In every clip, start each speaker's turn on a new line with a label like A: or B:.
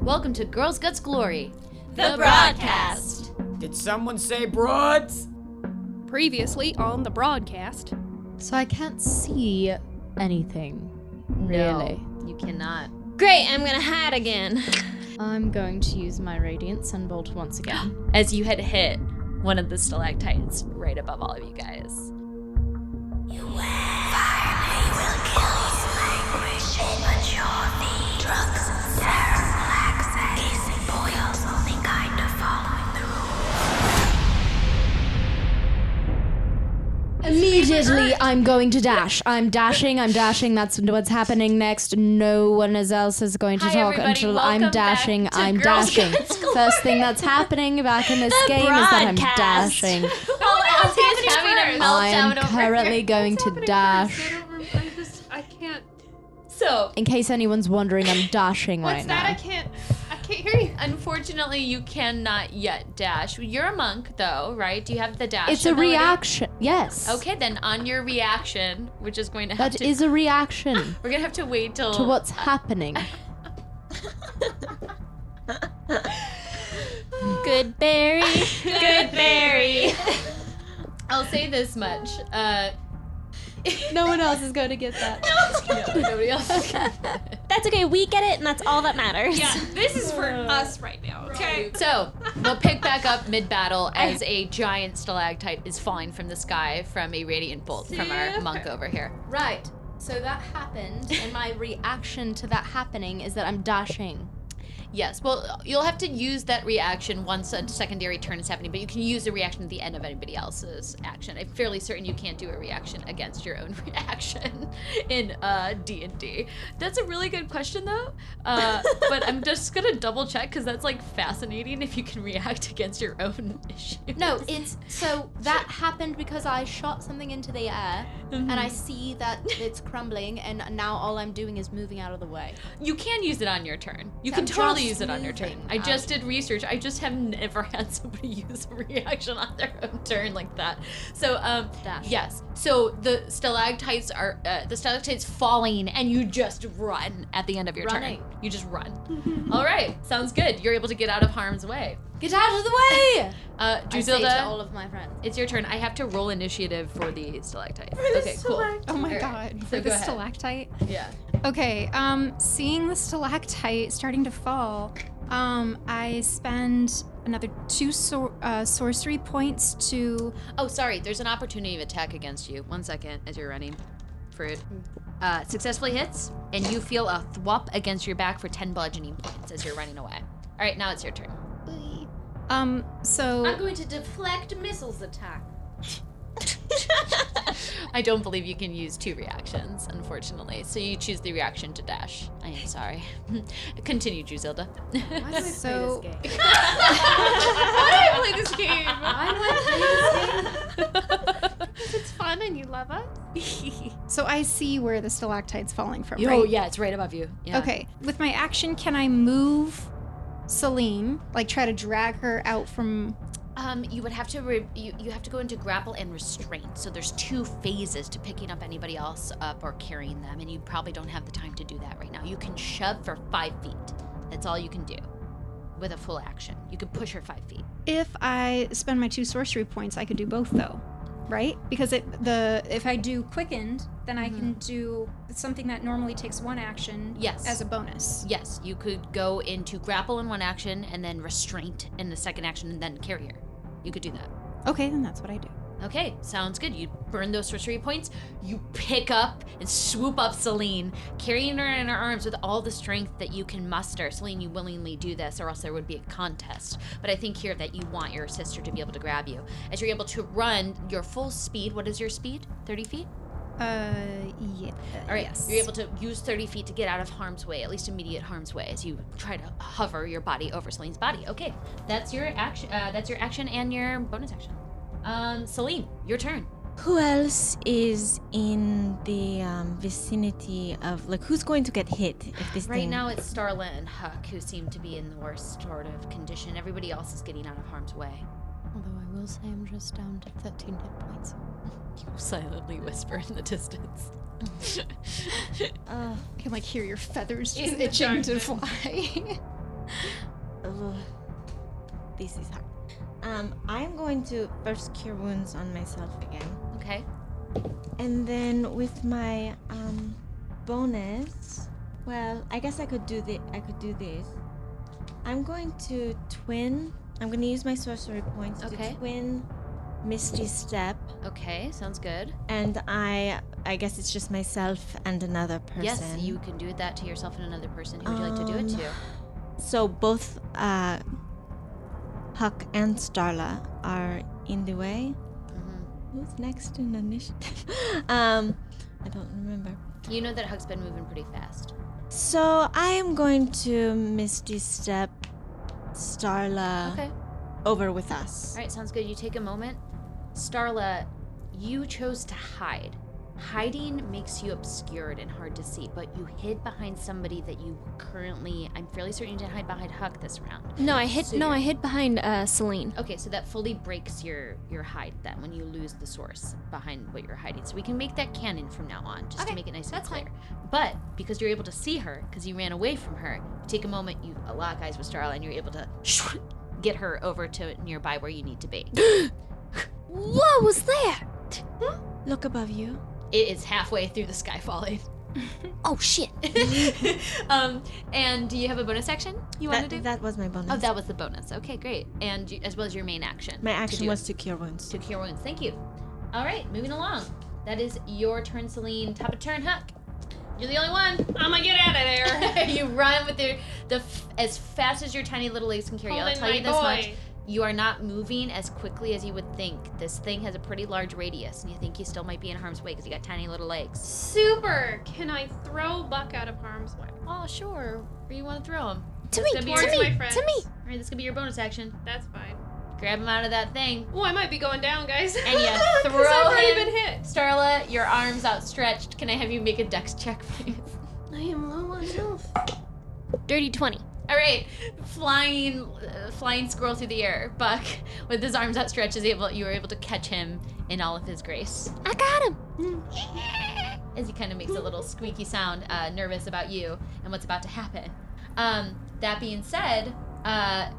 A: Welcome to Girls Guts Glory.
B: The broadcast.
C: Did someone say broads?
D: Previously on the broadcast.
E: So I can't see anything. Really?
A: No, you cannot.
B: Great, I'm gonna hide again.
E: I'm going to use my radiant sunbolt once again.
B: As you had hit one of the stalactites right above all of you guys.
E: Immediately, I'm going to dash. I'm dashing. I'm dashing. That's what's happening next. No one is- else is going to
B: Hi,
E: talk
B: everybody.
E: until
B: Welcome
E: I'm
B: back
E: dashing.
B: to
E: I'm
B: Girls
E: dashing.
B: Guides Glory.
E: First thing that's happening back in this
B: The
E: game is that I'm
B: broadcast.
E: dashing.
B: Oh, Elsie's having a meltdown
E: I'm
B: over
E: currently
B: here.
E: going to dash.
D: I just, I can't.
B: So,
E: In case anyone's wondering, I'm dashing
D: What's
E: right
D: that? I
E: now.
D: can't. I can't hear you.
B: unfortunately, you cannot yet dash. You're a monk, though, right? Do you have the dash?
E: It's a
B: ability?
E: reaction. Yes.
B: Okay, then on your reaction, which is going to have
E: That
B: to,
E: is a reaction
B: we're gonna have to wait till
E: to what's happening.
B: Good berry. Good berry. I'll say this much. Uh,
E: No one else is going to get that.
B: nobody else.
F: That's okay. We get it, and that's all that matters.
D: Yeah, this is for us right now. Okay.
B: So we'll pick back up mid battle as a giant stalactite is falling from the sky from a radiant bolt from our monk over here.
E: Right. So that happened, and my reaction to that happening is that I'm dashing.
B: Yes. Well, you'll have to use that reaction once a secondary turn is happening, but you can use a reaction at the end of anybody else's action. I'm fairly certain you can't do a reaction against your own reaction in uh, D&D. That's a really good question, though. Uh, but I'm just gonna double check because that's like fascinating if you can react against your own issue.
E: No, it's so that happened because I shot something into the air, and I see that it's crumbling, and now all I'm doing is moving out of the way.
B: You can use it on your turn. You
E: So
B: can
E: I'm
B: totally
E: just
B: use it on your turn.
E: moving
B: I just
E: out.
B: did research. I just have never had somebody use a reaction on their own turn like that. So, um,
E: Dash.
B: yes. So the stalactites are uh, the stalactites falling, and you just run at the end of your
E: Running.
B: turn. You just run. All right, sounds good. You're able to get out of harm's way.
E: Get out of the way!
B: Uh,
E: I say to all
B: Drusilla,
E: of my friends.
B: it's your turn. I have to roll initiative for the stalactites. okay, cool.
D: Oh my
B: Alright,
D: god.
B: so
D: For the
B: go ahead.
D: stalactite.
B: Yeah.
D: Okay, um, seeing the stalactite starting to fall, um, I spend another two sor- uh, sorcery points to.
B: Oh, sorry. There's an opportunity of attack against you. One second, as you're running. Fruit. Uh, successfully hits, and you feel a thwop against your back for 10 bludgeoning points as you're running away. All right, now it's your turn.
D: Um, so
A: going to deflect missiles attack.
B: I don't believe you can use two reactions, unfortunately. So you choose the reaction to dash. I am sorry. Continue, Drusilla.
D: so
B: I play this game.
D: it's fun and you love it. so I see where the stalactite's falling from.
B: Oh,
D: right?
B: yeah, it's right above you. Yeah.
D: Okay. With my action, can I move Celine? Like try to drag her out from.
B: Um, you would have to re- you, you have to go into grapple and restraint. So there's two phases to picking up anybody else up or carrying them, and you probably don't have the time to do that right now. You can shove for five feet. That's all you can do with a full action. You can push her five feet.
D: If I spend my two sorcery points, I could do both though, right? Because it, the if I do quickened, then I can do something that normally takes one action.
B: Mm-hmm. Yes.
D: As a bonus.
B: Yes, you could go into grapple in one action and then restraint in the second action and then carry her. You could do that.
D: Okay, then that's what I do.
B: Okay, sounds good. You burn those sorcery points. You pick up and swoop up Celine, carrying her in her arms with all the strength that you can muster. Celine, you willingly do this, or else there would be a contest. But I think here that you want your sister to be able to grab you. As you're able to run your full speed, what is your speed? 30 feet?
D: Uh, yeah.
B: All right,
D: Yes.
B: you're able to use 30 feet to get out of harm's way, at least immediate harm's way, as you try to hover your body over Celine's body. Okay, that's your action. Uh, that's your action and your bonus action. Um, Celine, your turn.
F: Who else is in the um, vicinity of like who's going to get hit if this
B: Right
F: thing?
B: now, it's Starla and Huck who seem to be in the worst sort of condition. Everybody else is getting out of harm's way.
E: Although I will say I'm just down to 13 hit points.
B: You silently whisper in the distance.
F: Uh,
D: I can like hear your feathers just itching to fly.
F: Ugh, this is hard. Um, I'm going to first cure wounds on myself again,
B: Okay.
F: and then with my um bonus, well, I guess I could do the I could do this. I'm going to twin. I'm going to use my sorcery points
B: Okay.
F: to twin mystery step,
B: Okay. Sounds good.
F: and I I guess it's just myself and another person.
B: Yes, you can do that to yourself and another person. Who would you like to do it
F: Um,
B: to?
F: So both uh, Huck and Starla are in the way.
B: Mm-hmm.
F: Who's next in initiative? um, I don't remember.
B: You know that Hug's been moving pretty fast.
F: So I am going to Misty Step Starla
B: Okay.
F: over with us.
B: All right, sounds good. You take a moment. Starla, you chose to hide. Hiding makes you obscured and hard to see, but you hid behind somebody that you currently, I'm fairly certain you didn't hide behind Huck this round.
E: No, I hid. No, I hid behind uh, Celine.
B: Okay, so that fully breaks your your hide then when you lose the source behind what you're hiding. So we can make that canon from now on, just to make it nice and clear. But because you're able to see her, because you ran away from her, you take a moment, you lock eyes with Starla, and you're able to get her over to nearby where you need to be.
E: What was that?
F: Look above you.
B: Hmm? It is halfway through the sky falling.
E: Oh shit!
B: um, and do you have a bonus action you want
F: That,
B: to do?
F: that was my bonus.
B: oh, that was the bonus. Okay, great. And you, as well as your main action.
F: my
B: to
F: action
B: do
F: was to cure wounds.
B: to cure wounds. Thank you. All right, moving along. That is your turn, Celine. Top of turn, Huck. You're the only one. I'm gonna get out of there. you run with your the f- as fast as your tiny little legs can carry you. I'll tell you this much: you are not moving as quickly as you would think. This thing has a pretty large radius, and you think you still might be in harm's way because you got tiny little legs.
G: Super! Can I throw Buck out of harm's way?
B: Oh, sure. Where you want to throw him?
E: To
B: That's
E: me,
B: gonna
E: to
B: be
E: me,
B: your-
G: my
E: to
G: friend.
E: me.
B: All right, this could be your bonus action.
G: That's fine.
B: Grab him out of that thing.
G: Oh, I might be going down, guys.
B: And you
G: 'Cause
B: throw
G: I've already
B: him.
G: been hit.
B: Starla, your arms outstretched. Can I have you make a dex check, please?
G: I am low on health.
E: Dirty twenty.
B: All right, flying, uh, flying squirrel through the air. Buck, with his arms outstretched, is able. You were able to catch him in all of his grace
E: I got him.
B: as he kind of makes a little squeaky sound, uh, nervous about you and what's about to happen. Um, that being said, uh,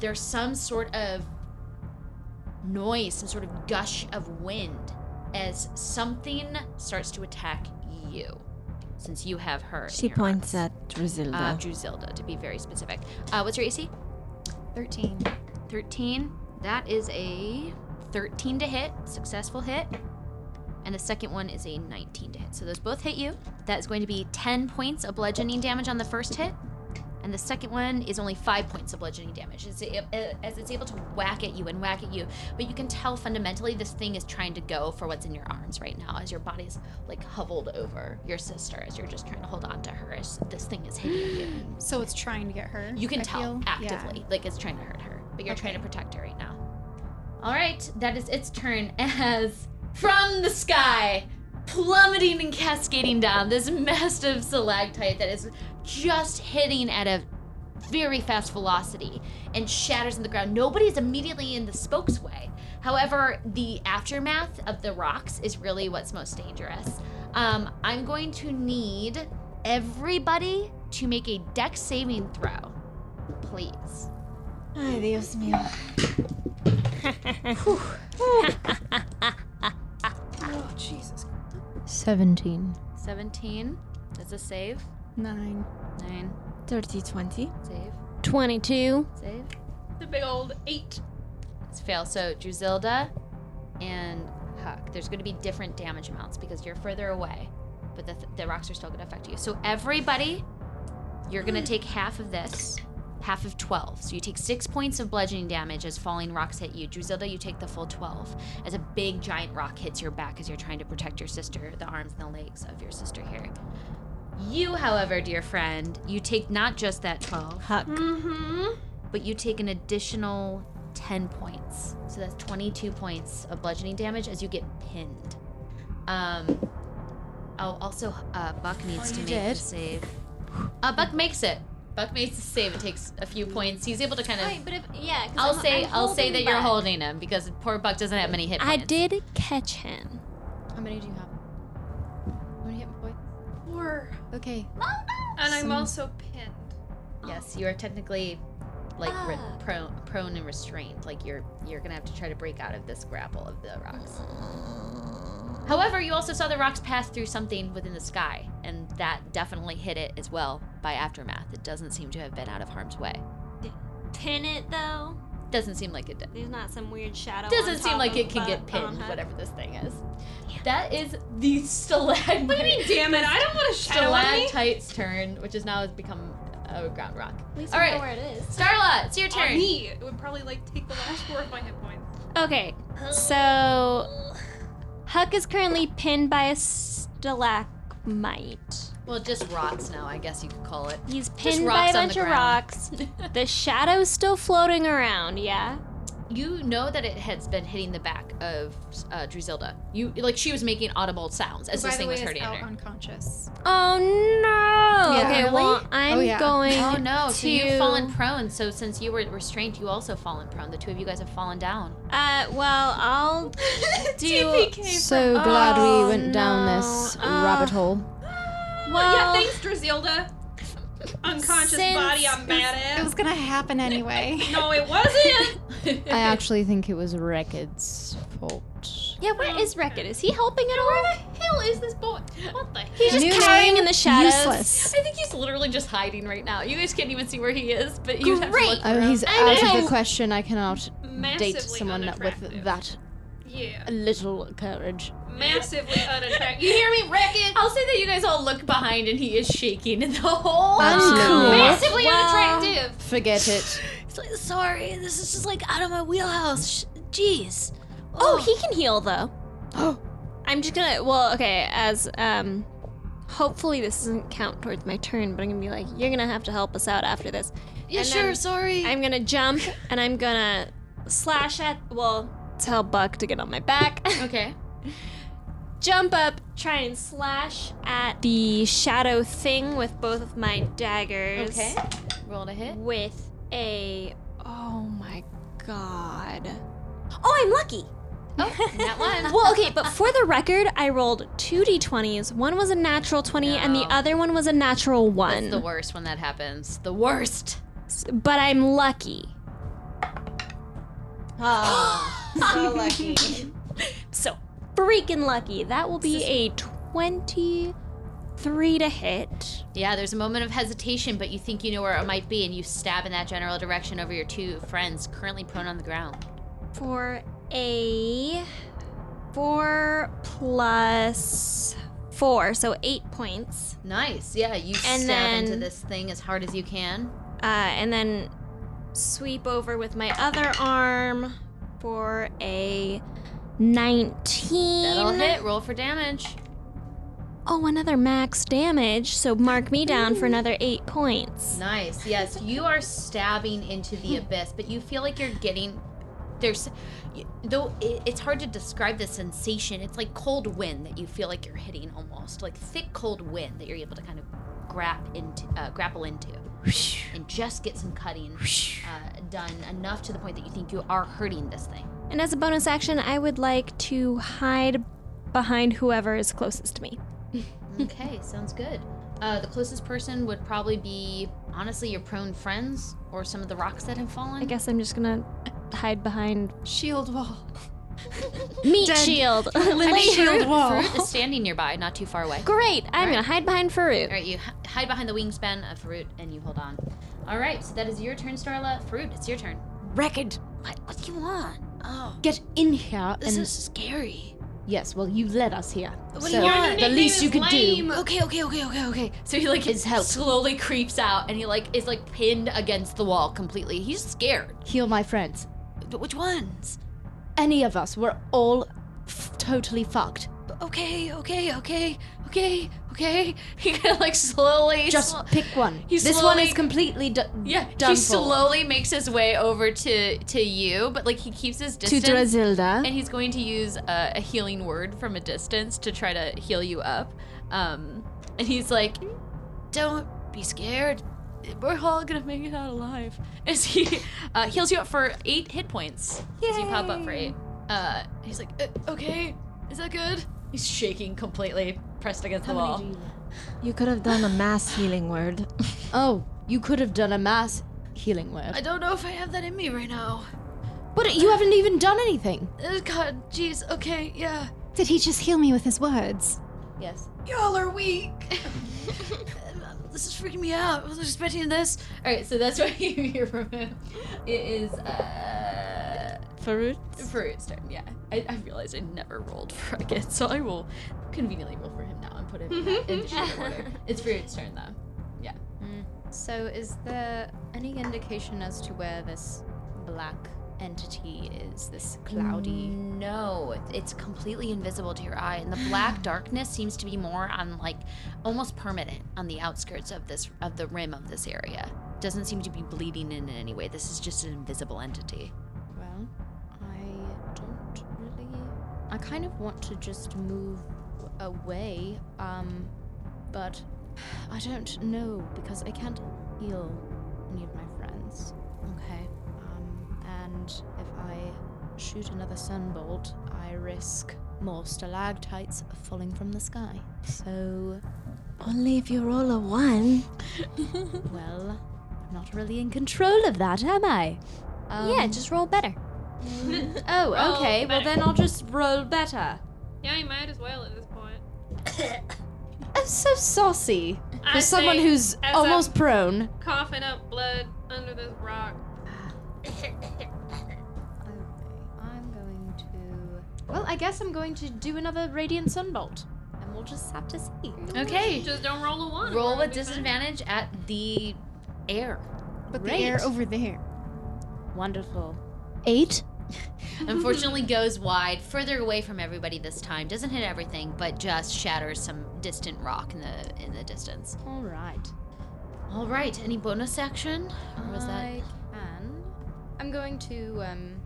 B: there's some sort of noise, some sort of gush of wind as something starts to attack you, since you have her. in
F: She
B: your
F: points
B: arms.
F: at Drizilda.
B: Uh, Druzilda, to be very specific. Uh, what's your AC?
E: 13.
B: 13. That is a 13 to hit, successful hit. And the second one is a 19 to hit. So those both hit you. That is going to be 10 points of bludgeoning damage on the first hit. And the second one is only five points of bludgeoning damage as it, as it's able to whack at you and whack at you. But you can tell fundamentally this thing is trying to go for what's in your arms right now as your body's like hoveled over your sister as you're just trying to hold on to her as this thing is hitting you.
D: So it's trying to get her.
B: You can
D: I
B: tell
D: feel?
B: actively, like it's trying to hurt her, but you're trying to protect her right now. All right, that is its turn as from the sky, plummeting and cascading down this massive stalactite that is just hitting at a very fast velocity and shatters on the ground. Nobody is immediately in the spokes way. However, the aftermath of the rocks is really what's most dangerous. Um, I'm going to need everybody to make a deck saving throw, please.
F: Ay, Dios mío.
G: Oh, Jesus.
H: 17.
B: 17 is a save.
D: Nine.
B: 9,
F: Dirty 20.
B: save,
E: 22.
B: save.
G: The big old eight.
B: It's a fail. So Druzilda and Huck. There's going to be different damage amounts because you're further away, but the, the rocks are still going to affect you. So everybody, you're going to take half of this, half of 12. So you take six points of bludgeoning damage as falling rocks hit you. Druzilda, you take the full 12 as a big giant rock hits your back as you're trying to protect your sister, the arms and the legs of your sister here. You, however, dear friend, you take not just that 12,
F: Huck.
G: Hmm?
B: but you take an additional 10 points. So that's 22 points of bludgeoning damage as you get pinned. Um, oh, also, uh, Buck
E: Oh,
B: needs to make the save. Uh, Buck makes it. Buck makes the save. It takes a few points. He's able to kind of.
E: Wait, but if yeah, 'cause
B: I'll
E: I'm-
B: say
E: I'm
B: i will say
E: holding
B: that you're
E: back.
B: holding him because poor Buck doesn't have many hit
E: I
B: points.
E: did catch him.
H: How many do you have? How many hit points?
G: Four.
H: Okay.
G: And I'm also pinned.
B: Yes, you are technically like re-
I: Ah.
B: prone, prone and restrained. Like you're you're gonna have to try to break out of this grapple of the rocks. However, you also saw the rocks pass through something within the sky, and that definitely hit it as well by aftermath. It doesn't seem to have been out of harm's way.
I: Pin it though.
B: Doesn't seem like it did.
I: There's not some weird shadow. on
B: Doesn't seem
I: top
B: like
I: of
B: it can
I: Bu-
B: get pinned,
I: Bonha.
B: whatever this thing is. That is the stalagmite. What do you mean,
G: Damn it, I don't want to shadow on me.
B: Stalactite's turn, which has now has become a ground rock.
E: At least
B: All
E: we
B: right.
E: know where it is.
B: Starla, it's your
G: On
B: turn.
G: me, it would probably like take the last four of my hit points.
I: Okay, so Huck is currently pinned by a stalagmite.
B: Well, just rocks now, I guess you could call it.
I: He's pinned by
B: rocks
I: a
B: on the
I: bunch of
B: ground.
I: rocks. the shadow's still floating around. Yeah.
B: You know that it has been hitting the back of uh, Drizilda. You like she was making audible sounds as
D: By
B: this
D: the
B: thing
D: way,
B: was
D: is
B: hurting
D: out
B: her.
D: unconscious.
I: Oh no.
D: Yeah.
I: Okay, well I'm
D: Oh, yeah.
I: going.
B: Oh no! So
I: to-
B: you've fallen prone. So since you were restrained, you also fallen prone. The two of you guys have fallen down.
I: Uh, well I'll do.
H: So glad we
I: Oh,
H: went down this
I: no.
H: rabbit
I: Ah.
H: hole.
I: Well,
G: yeah, thanks, Drizilda. Unconscious
I: since-
G: body, I'm mad at.
D: It was gonna happen anyway.
G: no, it wasn't.
H: I actually think it was Record's fault.
I: yeah, where is Rekid? Is he helping at all?
G: hell is this boy? What the
I: He's just
H: New
I: cowering
H: name,
I: in the shadows.
H: Useless.
B: I think he's literally just hiding right now. You guys can't even see where he is, but you have to
I: Great.
B: look
H: Oh, he's
I: I
H: out
I: know.
H: of the question. I cannot
G: Massively
H: date someone
G: unattractive.
H: with that
G: Yeah.
H: little courage.
G: Massively unattractive. You hear me, Wreck-It?
B: I'll say that you guys all look behind and he is shaking in the hole.
H: Uncool.
G: Massively
I: Well-
G: unattractive.
H: Forget it.
B: He's like, sorry, this is just like out of my wheelhouse. Jeez.
I: Oh, he can heal though. I'm just gonna. Well, okay. As um, hopefully this doesn't count towards my turn, but I'm gonna be like, you're gonna have to help us out after this.
B: Yeah,
I: And
B: sure,
I: then
B: sorry.
I: I'm gonna jump and I'm gonna slash at. Well, tell Buck to get on my back.
B: okay.
I: jump up, try and slash at the shadow thing with both of my daggers.
B: Okay. Roll to hit.
I: With a. Oh my god. Oh, I'm lucky.
B: Oh, that one.
I: well, okay, but for the record, I rolled two d20s. One was a natural 20, and the
B: No.
I: other one was a natural
B: That's the
I: 1.
B: worst when that happens. The worst.
I: S- But I'm lucky.
F: Oh, so lucky.
I: So freaking lucky. That will be a 23 to hit.
B: Yeah, there's a moment of hesitation, but you think you know where it might be, and you stab in that general direction over your two friends currently prone on the ground.
I: For a 4 plus 4, so 8 points.
B: Nice. Yeah, you stab into
I: then-
B: this thing as hard as you can.
I: Uh, and then sweep over with my other arm for a 19.
B: That'll hit. Roll for damage.
I: Oh, another max damage. So mark me down for another eight points.
B: Nice. Yes, you are stabbing into the abyss, but you feel like you're getting there's y- though it, it's hard to describe the sensation. It's like cold wind that you feel like you're hitting almost like thick cold wind that you're able to kind of grab into uh, grapple into and just get some cutting uh, done enough to the point that you think you are hurting this thing.
I: And as a bonus action, I would like to hide behind whoever is closest to me.
B: Okay, sounds good. Uh, the closest person would probably be honestly your prone friends or some of the rocks that have fallen.
I: I guess I'm just gonna hide behind
D: Shield wall.
I: meat
D: Dead.
I: shield.
D: shield wall.
B: Farouk is standing nearby, not too far away.
I: Great. I'm gonna hide behind Farouk.
B: All right, you h- hide behind the wingspan of Farouk and you hold on. All right, so that is your turn, Starla. Farouk, it's your turn.
H: Record.
F: what, what do you want? Oh,
H: Get in here.
F: this
H: and
F: is scary.
H: yes, well, you led us here.
G: What
H: so
G: do you want?
H: the least you could do.
F: Okay, okay, okay, okay, okay.
B: So he like slowly creeps out and he like is like pinned against the wall completely. He's scared.
H: Heal my friends.
F: But which ones?
H: Any of us. We're all f- totally fucked.
F: Okay, okay, okay, okay, okay.
B: He kind of like slowly
H: Just
B: sl-
H: pick one.
B: he
H: this one
B: slowly-
H: is completely d-
B: yeah.
H: done
B: he
H: for.
B: slowly makes his way over to to you, but like he keeps his
H: to
B: distance.
H: Drazilda.
B: and he's going to use a, a healing word from a distance to try to heal you up. Um, and he's like, "Don't be scared. We're all gonna make it out alive." As he uh, heals you up for eight hit points, as you pop up for eight. Uh, he's like, "Uh, "Okay, is that good?" He's shaking completely, pressed against the wall.
F: You could have done a mass healing word.
H: Oh, you could have done a mass. healing word.
B: I don't know if I have that in me right now.
H: But you haven't even done anything.
B: Uh, God, jeez. Okay, yeah.
D: Did he just heal me with his words?
E: Yes.
B: Y'all are weak. this is freaking me out. I wasn't expecting this. All right, so that's what you hear from him. It is uh,
I: Farouk?
B: Farouk's turn. Yeah, I, I realized I never rolled for a kid, so I will conveniently roll for him now and put him in, that- in the short order. It's Farouk's turn though.
E: So, is there any indication as to where this black entity is? This cloudy.
B: No, it's completely invisible to your eye, and the black darkness seems to be more on like almost permanent on the outskirts of this of the rim of this area. Doesn't seem to be bleeding in in any way. This is just an invisible entity.
E: Well, I don't really. I kind of want to just move away, um, but I don't know because I can't heal any of my friends.
B: Okay.
E: Um, and if I shoot another sunbolt, I risk more stalactites falling from the sky. So,
F: Only if you roll a one.
E: well, I'm not really in control of that, am I? Um,
I: yeah, just roll better.
E: Oh,
G: Roll
E: okay. Well,
G: better.
E: then I'll just roll better.
G: Yeah, you might as well at this point.
E: I'm so saucy
G: I
E: for someone
G: think
E: who's
G: as
E: almost
G: I'm
E: prone.
G: coughing up blood under this rock.
E: Okay, I'm going to. Well, I guess I'm going to do another radiant sunbolt, and we'll just have to see.
B: Okay.
G: Just don't roll a one. or
B: Roll
G: it'll
B: with
G: be fine.
B: disadvantage at the air.
D: But the air over there.
E: Wonderful.
I: Eight?
B: Unfortunately, goes wide, further away from everybody this time. Doesn't hit everything, but just shatters some distant rock in the in the distance.
E: All right.
B: All right. Any bonus action? Or was that
E: I can. I'm going to um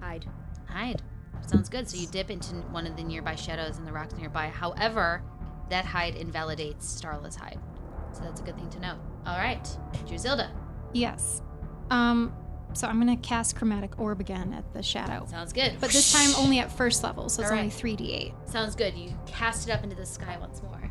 E: hide.
B: hide? Sounds good. So you dip into one of the nearby shadows and the rocks nearby. However, that hide invalidates Starla's hide, so that's a good thing to know. All right, Drusilla.
D: Yes. Um. So I'm gonna cast chromatic orb again at the shadow,
B: Sounds good.
D: but this time only at first level, so it's
B: All
D: only
B: right.
D: three d8.
B: Sounds good. You cast it up into the sky once more.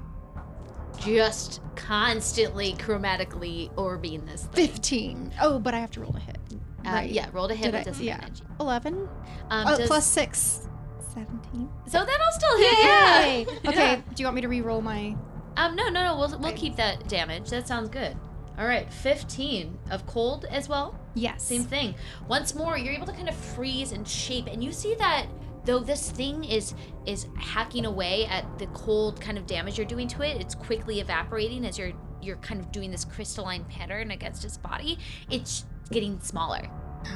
B: Just constantly chromatically orbiting this thing.
D: Fifteen. Oh, but I have to roll to hit.
B: Uh, Yeah, roll to hit
D: Did
B: with
D: I- yeah.
B: disadvantage.
D: Eleven.
B: Um,
D: oh,
B: does-
D: plus six. Seventeen.
B: So that'll still hit.
D: Yay! Okay. Do you want me to re-roll my?
B: Um, no, no, no. We'll, we'll keep that damage. That sounds good. All right, 15 of cold as well.
D: Yes.
B: Same thing. Once more, you're able to kind of freeze and shape, and you see that though this thing is is hacking away at the cold kind of damage you're doing to it, it's quickly evaporating as you're you're kind of doing this crystalline pattern against its body. It's getting smaller.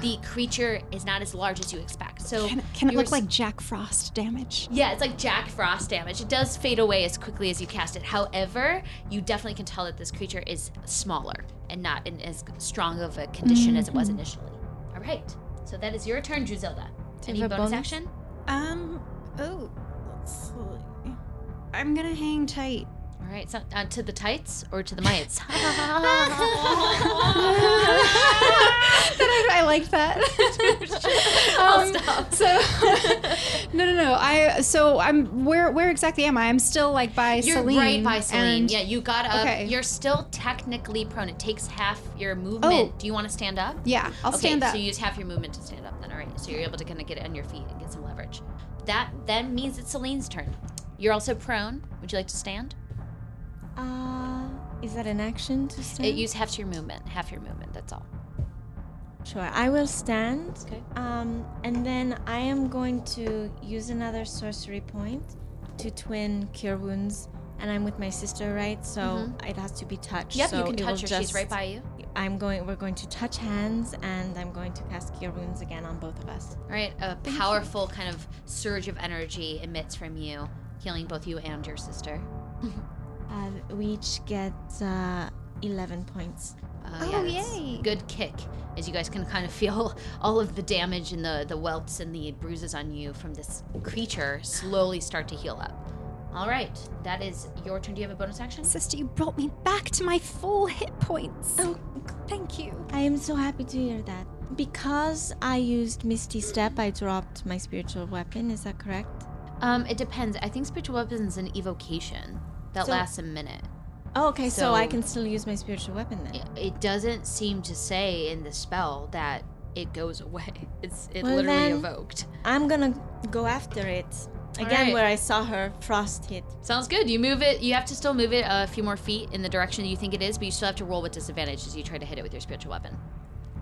B: The creature is not as large as you expect. So
D: Can, can it
B: you were
D: look like Jack Frost damage?
B: yeah, it's like Jack Frost damage. It does fade away as quickly as you cast it. However, you definitely can tell that this creature is smaller and not in as strong of a condition as it was initially. All right. So that is your turn, Drusilla.
F: Do
B: Any
F: you
B: bonus,
F: have a bonus?
B: action?
D: Um. Oh. Let's see. I'm gonna hang tight.
B: All right. So, uh, to the tights or to the mites?
D: that I, I liked that.
B: I'll
D: Um,
B: stop.
D: So no, no, no. I so I'm where where exactly am I? I'm still like by
B: You're
D: Celine.
B: right by Celine.
D: and-
B: yeah, you got up.
D: Okay.
B: You're still technically prone. It takes half your movement. Do you want to stand up?
D: Yeah, I'll
B: okay,
D: stand up.
B: So you use half your movement to stand up then, all right. So you're able to kind of get it on your feet and get some leverage. That then means it's Celine's turn. You're also prone. Would you like to stand?
F: Uh, is that an action to stand?
B: It Uh, use half your movement, half your movement, that's all.
F: Sure, I will stand.
B: Okay.
F: Um, and then I am going to use another sorcery point to twin cure wounds. And I'm with my sister, right? So it has to be touched.
B: Mm-hmm. Yep,
F: so
B: you can
F: it will
B: touch her. She's
F: just-
B: right by you.
F: I'm going. We're going to touch hands, and I'm going to cast cure wounds again on both of us.
B: All right. A powerful kind of surge of energy emits from you, healing both you and your sister.
F: Uh, we each get uh, 11 points.
B: Uh,
D: Oh,
B: yeah, it's a
D: yay.
B: Good kick, as you guys can kind of feel all of the damage and the, the welts and the bruises on you from this creature slowly start to heal up. All right, that is your turn. Do you have a bonus action?
D: Sister, you brought me back to my full hit points.
F: Oh.
D: thank you.
F: I am so happy to hear that. Because I used Misty Step, I dropped my spiritual weapon. Is that correct?
B: Um, it depends. I think spiritual weapons is an evocation that
F: So-
B: lasts a minute.
F: Oh, okay, so, I
B: So-
F: can still use my spiritual weapon then.
B: It, it doesn't seem to say in the spell that it goes away. It's it
F: Well,
B: literally
F: then-
B: evoked.
F: I'm gonna go after it. Again,
B: right.
F: where I saw her frost hit.
B: Sounds good. You move it. You have to still move it a few more feet in the direction that you think it is, but you still have to roll with disadvantage as you try to hit it with your spiritual weapon.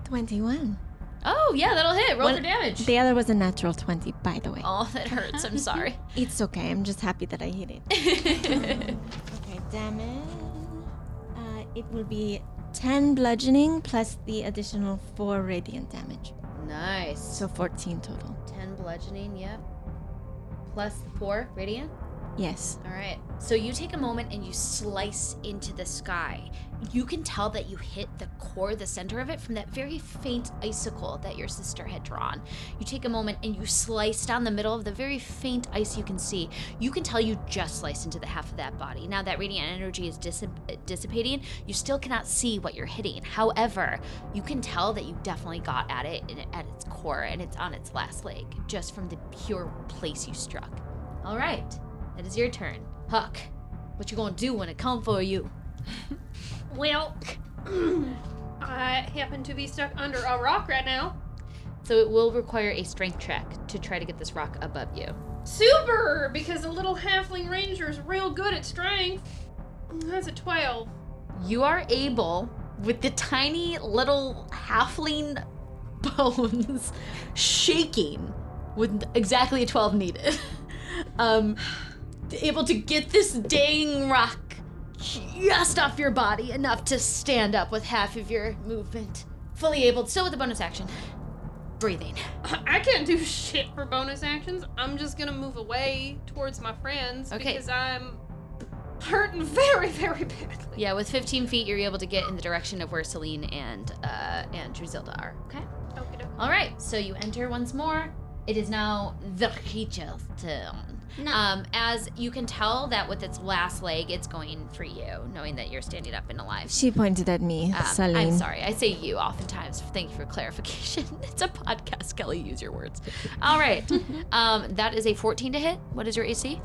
F: 21.
B: Oh yeah, that'll hit. Roll
F: One-
B: for damage.
F: The other was a natural 20, by the way.
B: oh, that hurts. I'm sorry.
F: It's okay, I'm just happy that I hit it. okay, damage. Uh, it will be 10 bludgeoning plus the additional 4 radiant damage.
B: nice.
F: So 14 total.
B: 10 bludgeoning, yep. Plus 4 radiant.
F: Yes.
B: All right. So you take a moment and you slice into the sky. You can tell that you hit the core, the center of it, from that very faint icicle that your sister had drawn. You take a moment and you slice down the middle of the very faint ice you can see. You can tell you just sliced into the half of that body. Now that radiant energy is dissip- dissipating, you still cannot see what you're hitting. However, you can tell that you definitely got at it and at its core, and it's on its last leg, just from the pure place you struck. All right. That is your turn. Huck, what you gonna do when it come for you?
G: Well, I happen to be stuck under a rock right now.
B: So it will require a strength check to try to get this rock above you.
G: Super, because the little halfling ranger is real good at strength. That's a 12.
B: You are able, with the tiny little halfling bones shaking, with exactly a 12 needed, um, able to get this dang rock just off your body enough to stand up with half of your movement. Fully able, still with a bonus action. Breathing.
G: I can't do shit for bonus actions. I'm just gonna move away towards my friends
B: Okay.
G: because I'm hurting very, very badly.
B: Yeah, with 15 feet, you're able to get in the direction of where Celine and uh, and Drusilla are. Okay.
G: Okay,
B: All right. So you enter once more. It is now the creature's turn.
D: No.
B: Um, as you can tell that with its last leg, it's going for you, knowing that you're standing up and alive.
F: She pointed at me,
B: Um,
F: Saline.
B: I'm sorry. I say you oftentimes. Thank you for clarification. it's a podcast, Kelly. Use your words. All right. um, that is a 14 to hit. What is your AC?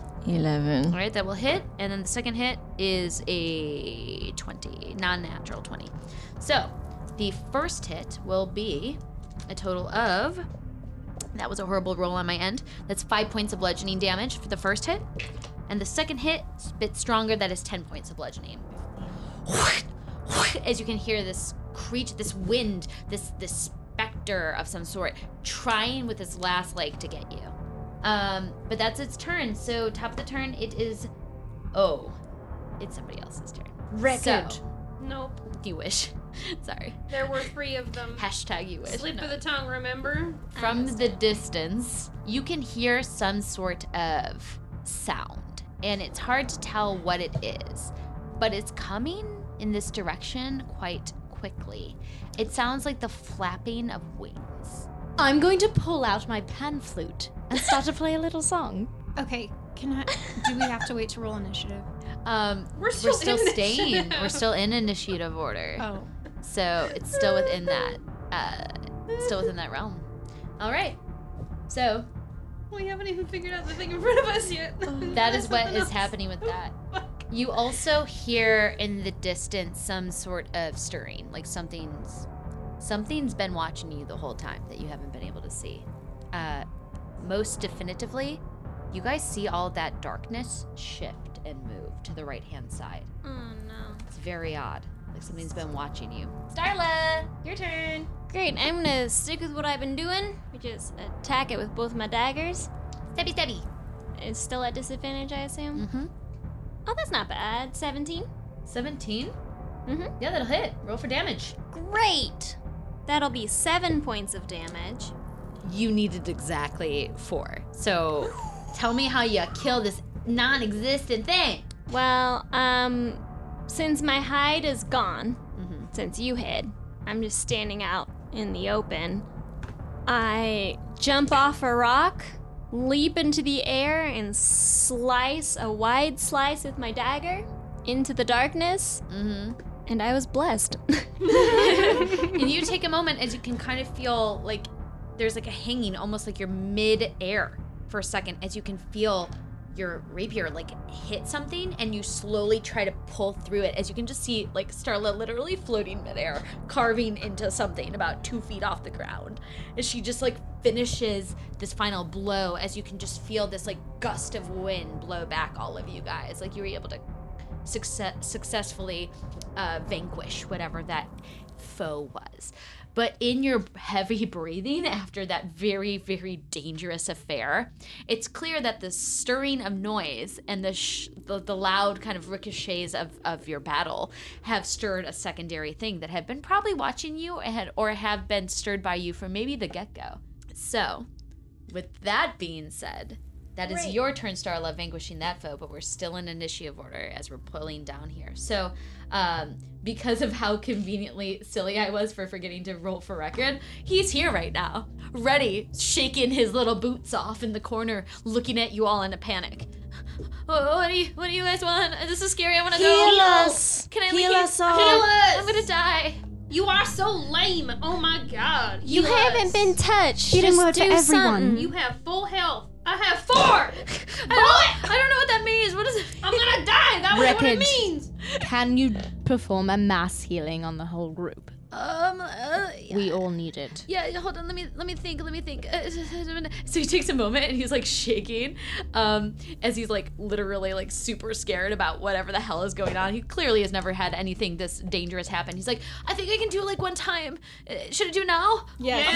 F: 11.
B: All right, that will hit, and then the second hit is a 20, non natural 20. So the first hit will be a total of. That was a horrible roll on my end. That's five points of bludgeoning damage for the first hit. And the second hit, is a bit stronger, that is 10 points of bludgeoning. As you can hear this creature, this wind, this this specter of some sort, trying with its last leg to get you. Um, but that's its turn. So top of the turn, it is. Oh, it's somebody else's turn.
F: Wreckage.
B: So,
G: Nope.
B: you wish. Sorry.
G: There were three of them.
B: Hashtag you wish.
G: Slip
B: No.
G: of the tongue, remember?
B: From the distance, you can hear some sort of sound, and it's hard to tell what it is, but it's coming in this direction quite quickly. It sounds like the flapping of wings.
H: I'm going to pull out my pan flute and start to play a little song.
D: Okay, can I? Do we have to wait to roll initiative?
B: Um,
G: We're
B: we're
G: still,
B: still
G: in
B: staying.
G: initiative.
B: We're still in initiative order.
D: Oh,
B: So it's still within that, uh, still within that realm. All right. So
G: We haven't even figured out the thing in front of us yet.
B: that is what
G: Something
B: is
G: else.
B: happening with that.
G: Fuck.
B: You also hear in the distance some sort of stirring, like something's something's been watching you the whole time that you haven't been able to see. Uh, most definitively, you guys see all that darkness shift and move to the right hand side.
G: Oh no.
B: It's very odd. Like something's been watching you. Starla, your turn.
I: Great, I'm gonna stick with what I've been doing, which is attack it with both my daggers.
B: Stebby, stebby.
I: It's still at disadvantage, I assume.
B: Mm-hmm.
I: Oh, that's not bad. 17.
B: 17?
I: Mhm.
B: Yeah, that'll hit. Roll for damage.
I: Great! That'll be seven points of damage.
B: You needed exactly four. So tell me how you kill this non existent thing.
I: Well, um, since my hide is gone,
B: Mhm.
I: since you hid, I'm just standing out in the open. I jump off a rock, leap into the air, and slice a wide slice with my dagger into the darkness,
B: Mm-hmm.
I: and I was blessed.
B: and you take a moment as you can kind of feel like there's like a hanging, almost like you're mid air for a second, as you can feel your rapier like hit something and you slowly try to pull through it as you can just see like Starla literally floating midair, carving into something about two feet off the ground. And she just like finishes this final blow as you can just feel this like gust of wind blow back all of you guys. Like you were able to success- successfully uh, vanquish whatever that foe was. But in your heavy breathing after that very, very dangerous affair, it's clear that the stirring of noise and the, sh- the, the loud kind of ricochets of, of your battle have stirred a secondary thing that had been probably watching you and had, or have been stirred by you from maybe the get go. So, with that being said, that is your turn, Starla, vanquishing that foe, but we're still in initiative order as we're pulling down here. So, um, because of how conveniently silly I was for forgetting to roll for record, he's here right now, ready, shaking his little boots off in the corner, looking at you all in a panic. Oh, what do you, what do you guys want? This is scary. I want to go.
F: Heal us!
B: Can I
F: Heal
B: leave?
F: us all!
G: Kill us!
B: I'm gonna die.
G: You are so lame. Oh my god.
I: You
G: Heal
I: haven't
G: us.
I: been touched.
H: Eating
I: Just
H: word for
I: do
H: everyone.
I: something.
G: You have full health. I have four.
B: I don't, I don't know what that means. What is it?
G: I'm gonna die. That was what it
H: Wreckage.
G: means.
H: Can you perform a mass healing on the whole group?
B: Um. Uh, yeah.
H: We all need it.
B: Yeah, hold on. Let me let me think. Let me think. Uh, So he takes a moment and he's like shaking, um, as he's like literally like super scared about whatever the hell is going on. He clearly has never had anything this dangerous happen. He's like, I think I can do it like one time. Uh, Should I do now?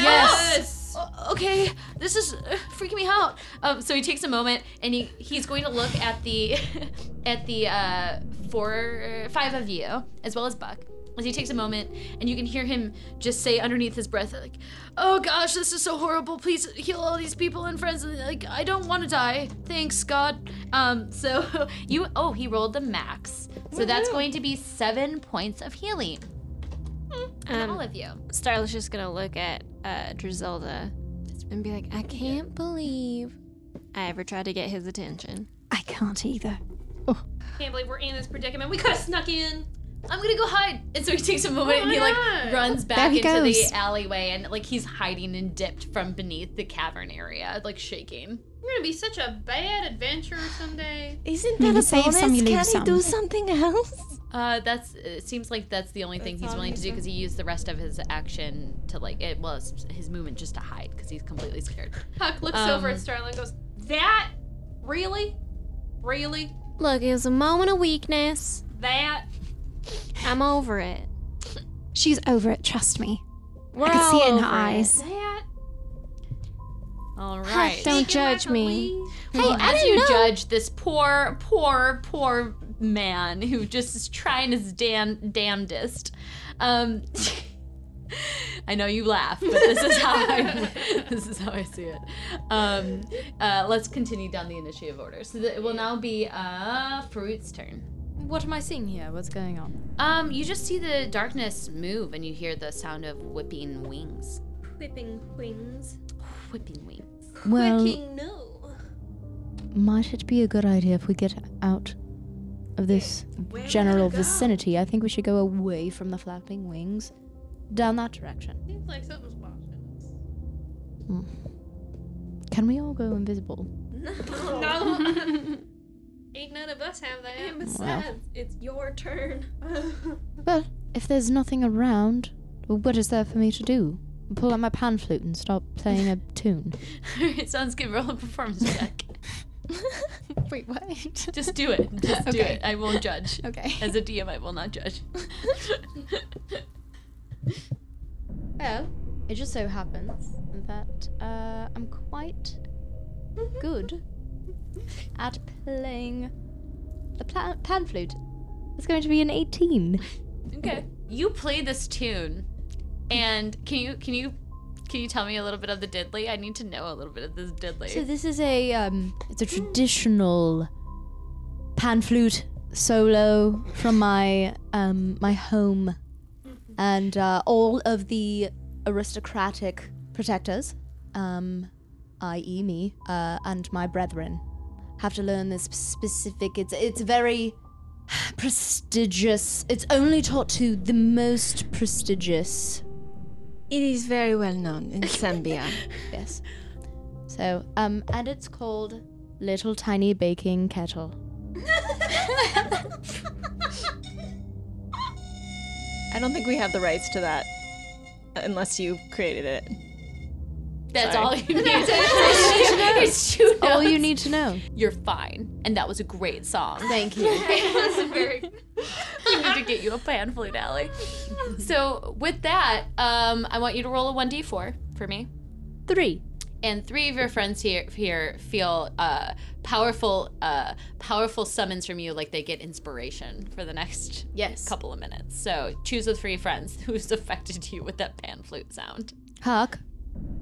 G: Yes.
B: O- okay, this is uh, freaking me out. Um, so he takes a moment and he he's going to look at the at the uh, four uh, five of you as well as Buck. As he takes a moment, and you can hear him just say underneath his breath, like, "Oh gosh, this is so horrible. Please heal all these people and friends. Like, I don't want to die. Thanks God." Um, so you, oh, he rolled the max, so that's going to be seven points of healing to all
I: Um,
B: of you.
I: Starla's just gonna look at uh, Drizilda and be like, I can't believe I ever tried to get his attention.
D: I can't either.
G: Can't believe we're in this predicament. We could have snuck in.
B: I'm gonna go hide. And so he takes a moment
G: Oh
B: and
G: my
B: he like
G: God.
B: runs back
H: he
B: into
H: goes.
B: the alleyway and like he's hiding and dipped from beneath the cavern area, like shaking.
G: We're gonna be such a bad adventurer someday.
F: Isn't
D: You
F: that a
D: save
F: bonus?
D: some, you leave
F: Can
D: some.
F: he do something else?
B: Uh, that's it seems like that's the only thing
F: That's
B: he's
F: all
B: willing to
F: he's
B: do
F: done.
B: because he used the rest of his action to like it was his movement just to hide because he's completely scared.
G: Huck looks
B: Um,
G: over at Starla and goes, "That really, really,
I: Look, it was a moment of weakness.
G: that."
I: I'm over it.
D: She's over it, trust me.
I: We're
D: I can
I: all
D: see it in her
I: over
D: eyes.
G: That
B: All right.
I: Don't
G: Speaking
I: judge
G: like a
I: me.
G: leaf.
B: Well,
I: I
B: as
I: didn't
B: you
I: know.
B: judge this poor, poor, poor man who just is trying his damn damnedest. Um, I know you laugh, but this is how I this is how I see it. Um, uh, let's continue down the initiative order. So that it will now be uh, Farouk's turn.
H: What am I seeing here? What's going on?
B: Um, you just see the darkness move, and you hear the sound of whipping wings.
G: Whipping wings.
B: Whipping wings.
E: Um,
G: Quicking no.
H: might it be a good idea if we get out of this general vicinity? I think we should go away from the flapping wings, down that direction.
G: Seems like something's watching us.
H: Hmm. Can we all go invisible?
G: No. Ain't none of us have that.
H: besides,
G: it's your turn.
H: Well, if there's nothing around, what is there for me to do? Pull out my pan flute and start playing a tune.
B: it sounds good. Roll a performance check.
H: Wait, what?
B: Just do it. Just do
H: Okay.
B: it. I won't judge.
H: Okay.
B: As a DM, I will not judge.
H: Well, it just so happens that uh, I'm quite good at playing the pla- pan flute. It's going to be an 18.
B: okay. You play this tune, and can you can you can you tell me a little bit of the diddly? I need to know a little bit of this diddly.
H: So this is a um, it's a traditional pan flute solo from my um, my home, and uh, all of the aristocratic protectors, um, i.e. me uh, and my brethren, have to learn this specific. It's it's very prestigious. It's only taught to the most prestigious
F: It is very well known in Zambia.
H: Yes. So, um, and it's called Little tiny baking kettle.
J: I don't think we have the rights to that unless you created it.
B: That's
J: Sorry.
B: all you need to know. It's two notes.
H: All you need to know.
B: You're fine. And that was a great song.
H: Thank you.
B: we need to get you a pan flute, Allie. So with that, um, I want you to roll a one d four for me.
H: Three.
B: And three of your friends here here feel uh, powerful uh, powerful summons from you, like they get inspiration for the next
H: Yes.
B: couple of minutes. So choose the three friends who's affected you with that pan flute sound.
H: Huck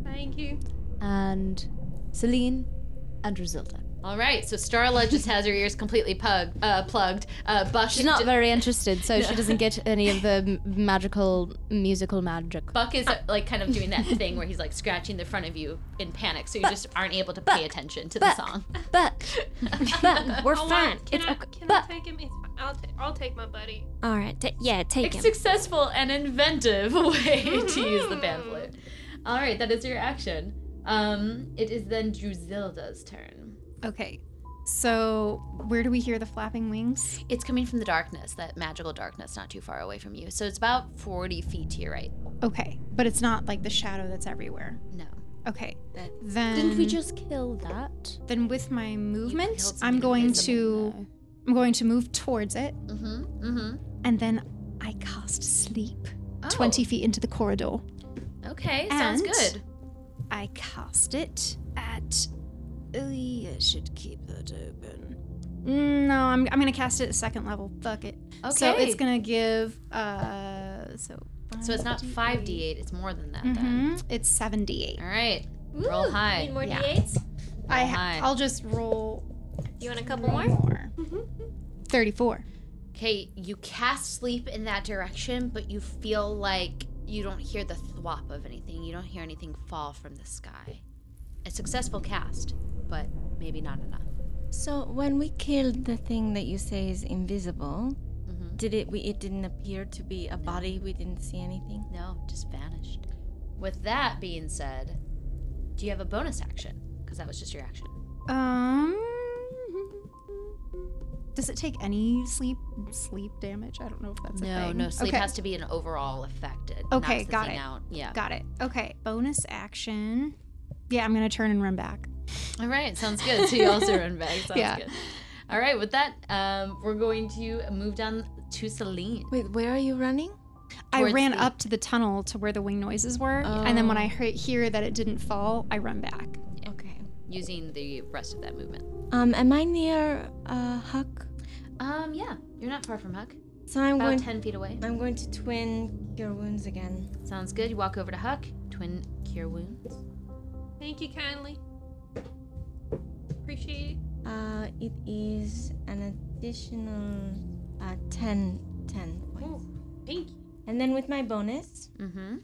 G: Thank you.
H: and Celine and Rosilda.
B: All right, so Starla just has her ears completely pug, uh, plugged. Uh, Buck
H: She's not very interested, so she doesn't get any of the m- magical musical magic.
B: Buck is uh, like kind of doing that thing where he's like scratching the front of you in panic, so you just aren't able to pay attention to the song.
E: But, but we're fine.
G: Can,
E: It's
G: I,
E: okay.
G: can
E: But
G: I take him? It's fine. I'll, ta- I'll take my buddy.
E: all right, ta- yeah, take
B: It's
E: him.
B: successful and inventive way to use the pan flute. All right, that is your action. Um, it is then Drusilda's turn.
D: Okay. So, where do we hear the flapping wings?
B: It's coming from the darkness, that magical darkness, not too far away from you. So it's about forty feet to your right.
D: Okay, but it's not like the shadow that's everywhere.
B: No,
D: Okay.
B: That-
D: Then
E: Didn't we just kill that?
D: Then with my movement,
B: killed something
D: I'm going
B: invisible.
D: to I'm going to move towards it
B: Mm-hmm. Mm-hmm.
D: and then I cast sleep 20 feet into the corridor.
B: Okay, sounds
D: And-
B: good.
D: I cast it at. Uh, I should keep that open. Mm, No, I'm, I'm gonna cast it at second level. Fuck it.
B: Okay.
D: So it's gonna give. Uh, so.
B: So it's not 5d8, it's more than that then.
D: Mhm, It's 78.
B: All right. Roll high.
I: Need more
D: Yeah.
I: d8s?
D: I
B: high.
D: ha- I'll just roll
I: You want a couple
D: one
I: more?
D: more. 34.
B: Okay, you cast sleep in that direction, but you feel like you don't hear the thwop of anything. You don't hear anything fall from the sky. A successful cast, but maybe not enough.
F: So when we killed the thing that you say is invisible,
B: Mhm.
F: did it? We, it didn't appear to be a body. We didn't see anything.
B: No, just vanished. With that being said, do you have a bonus action? Because that was just your action.
D: Um. Does it take any sleep sleep damage? I don't know if that's a
B: No,
D: thing.
B: no, sleep
D: Okay.
B: has to be an overall affected.
D: Okay,
B: knocks the
D: got
B: thing
D: it.
B: Out. Yeah.
D: Got it. Okay. Bonus action. Yeah, I'm gonna turn and run back.
B: All right, sounds good. So you also run back. Sounds
D: Yeah.
B: good. All right, with that, um, we're going to move down to Celine.
F: Wait, where are you running?
D: I
B: Towards
D: ran
B: the- Oh.
D: up to the tunnel to where the wing noises were, and then when I hear, hear that it didn't fall, I run back.
F: Okay.
B: using the rest of that movement.
F: Um, am I near uh, Huck?
B: Um, yeah, you're not far from Huck.
F: So I'm
B: About
F: going.
B: ten feet away.
F: I'm going to twin your wounds again.
B: Sounds good. You walk over to Huck. Twin cure wounds.
G: Thank you kindly. Appreciate it.
F: Uh, it is an additional uh, 10, 10 points.
G: Thank you.
F: And then with my bonus,
B: Mm-hmm.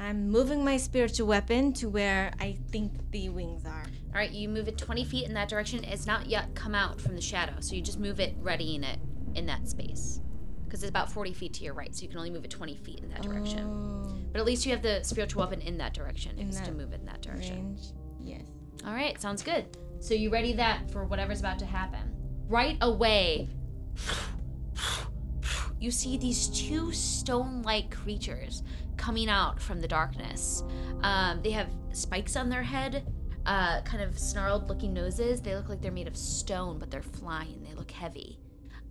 F: I'm moving my spiritual weapon to where I think the wings are.
B: All right, you move it twenty feet in that direction. It's not yet come out from the shadow, so you just move it, readying it in that space, because it's about forty feet to your right, so you can only move it twenty feet in that direction.
F: Oh,
B: But at least you have the spiritual weapon in that direction. If
F: In
B: it's to
F: that
B: move it in that direction.
F: range. Yes.
B: All right, sounds good. So you ready that for whatever's about to happen. Right away, you see these two stone like creatures coming out from the darkness. Um, they have spikes on their head, uh, kind of snarled looking noses. They look like they're made of stone, but they're flying. They look heavy.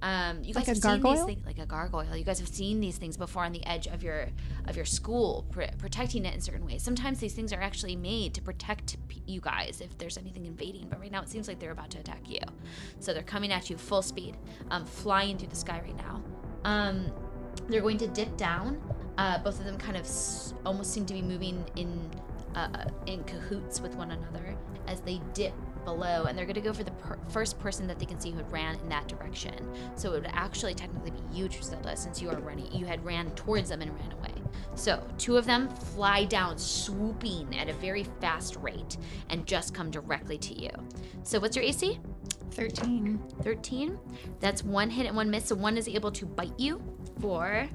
B: Um, you guys
D: Like
B: have
D: a
B: seen these
D: gargoyle?
B: things like a gargoyle. You guys have seen these things before on the edge of your of your school, pr- protecting it in certain ways. Sometimes these things are actually made to protect p- you guys if there's anything invading. But right now, it seems like they're about to attack you. So they're coming at you full speed, um, flying through the sky right now. Um, they're going to dip down. Uh, both of them kind of s- almost seem to be moving in uh, in cahoots with one another as they dip below, and they're going to go for the per- first person that they can see who had ran in that direction. So it would actually technically be you, Trusilda, since you are running. You had ran towards them and ran away. So two of them fly down, swooping at a very fast rate, and just come directly to you. So what's your AC?
D: 13.
B: 13. That's one hit and one miss. So one is able to bite you for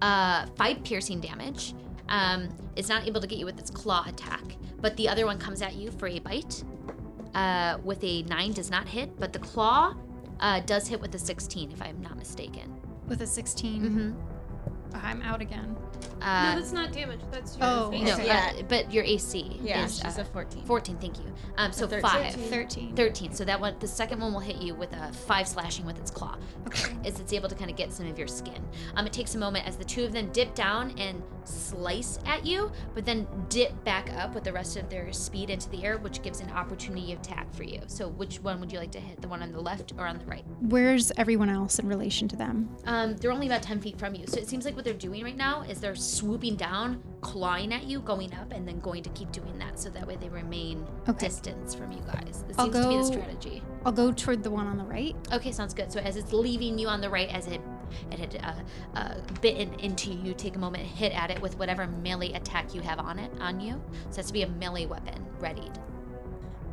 B: uh, five piercing damage. Um, it's not able to get you with its claw attack, but the other one comes at you for a bite. uh, with a nine does not hit, but the claw uh, does hit with a 16, if I'm not mistaken.
D: With a 16,
B: Mm-hmm.
D: I'm out again.
B: Uh,
G: no, that's not damage. That's your
D: Oh,
G: AC.
B: no,
D: okay.
B: yeah, but your AC
J: Yeah,
B: is
J: she's
B: uh,
J: a 14.
B: 14. Thank you. Um, so
J: 13.
B: five.
D: 13.
B: 13. So that one, the second one will hit you with a five slashing with its claw, as it's able to kind of get some of your skin. Um, it takes a moment as the two of them dip down and slice at you, but then dip back up with the rest of their speed into the air, which gives an opportunity attack for you. So which one would you like to hit? The one on the left or on the right?
D: Where's everyone else in relation to them?
B: Um, they're only about 10 feet from you. So it seems like what they're doing right now is they're swooping down, clawing at you, going up, and then going to keep doing that. So that way they remain
D: Okay.
B: distance from you guys. This
D: I'll
B: seems to be
D: go-
B: the strategy.
D: I'll go toward the one on the right.
B: Okay, sounds good. So as it's leaving you on the right, as it it had uh, uh, bitten into you, take a moment, and hit at it with whatever melee attack you have on it on you. So it has to be a melee weapon readied.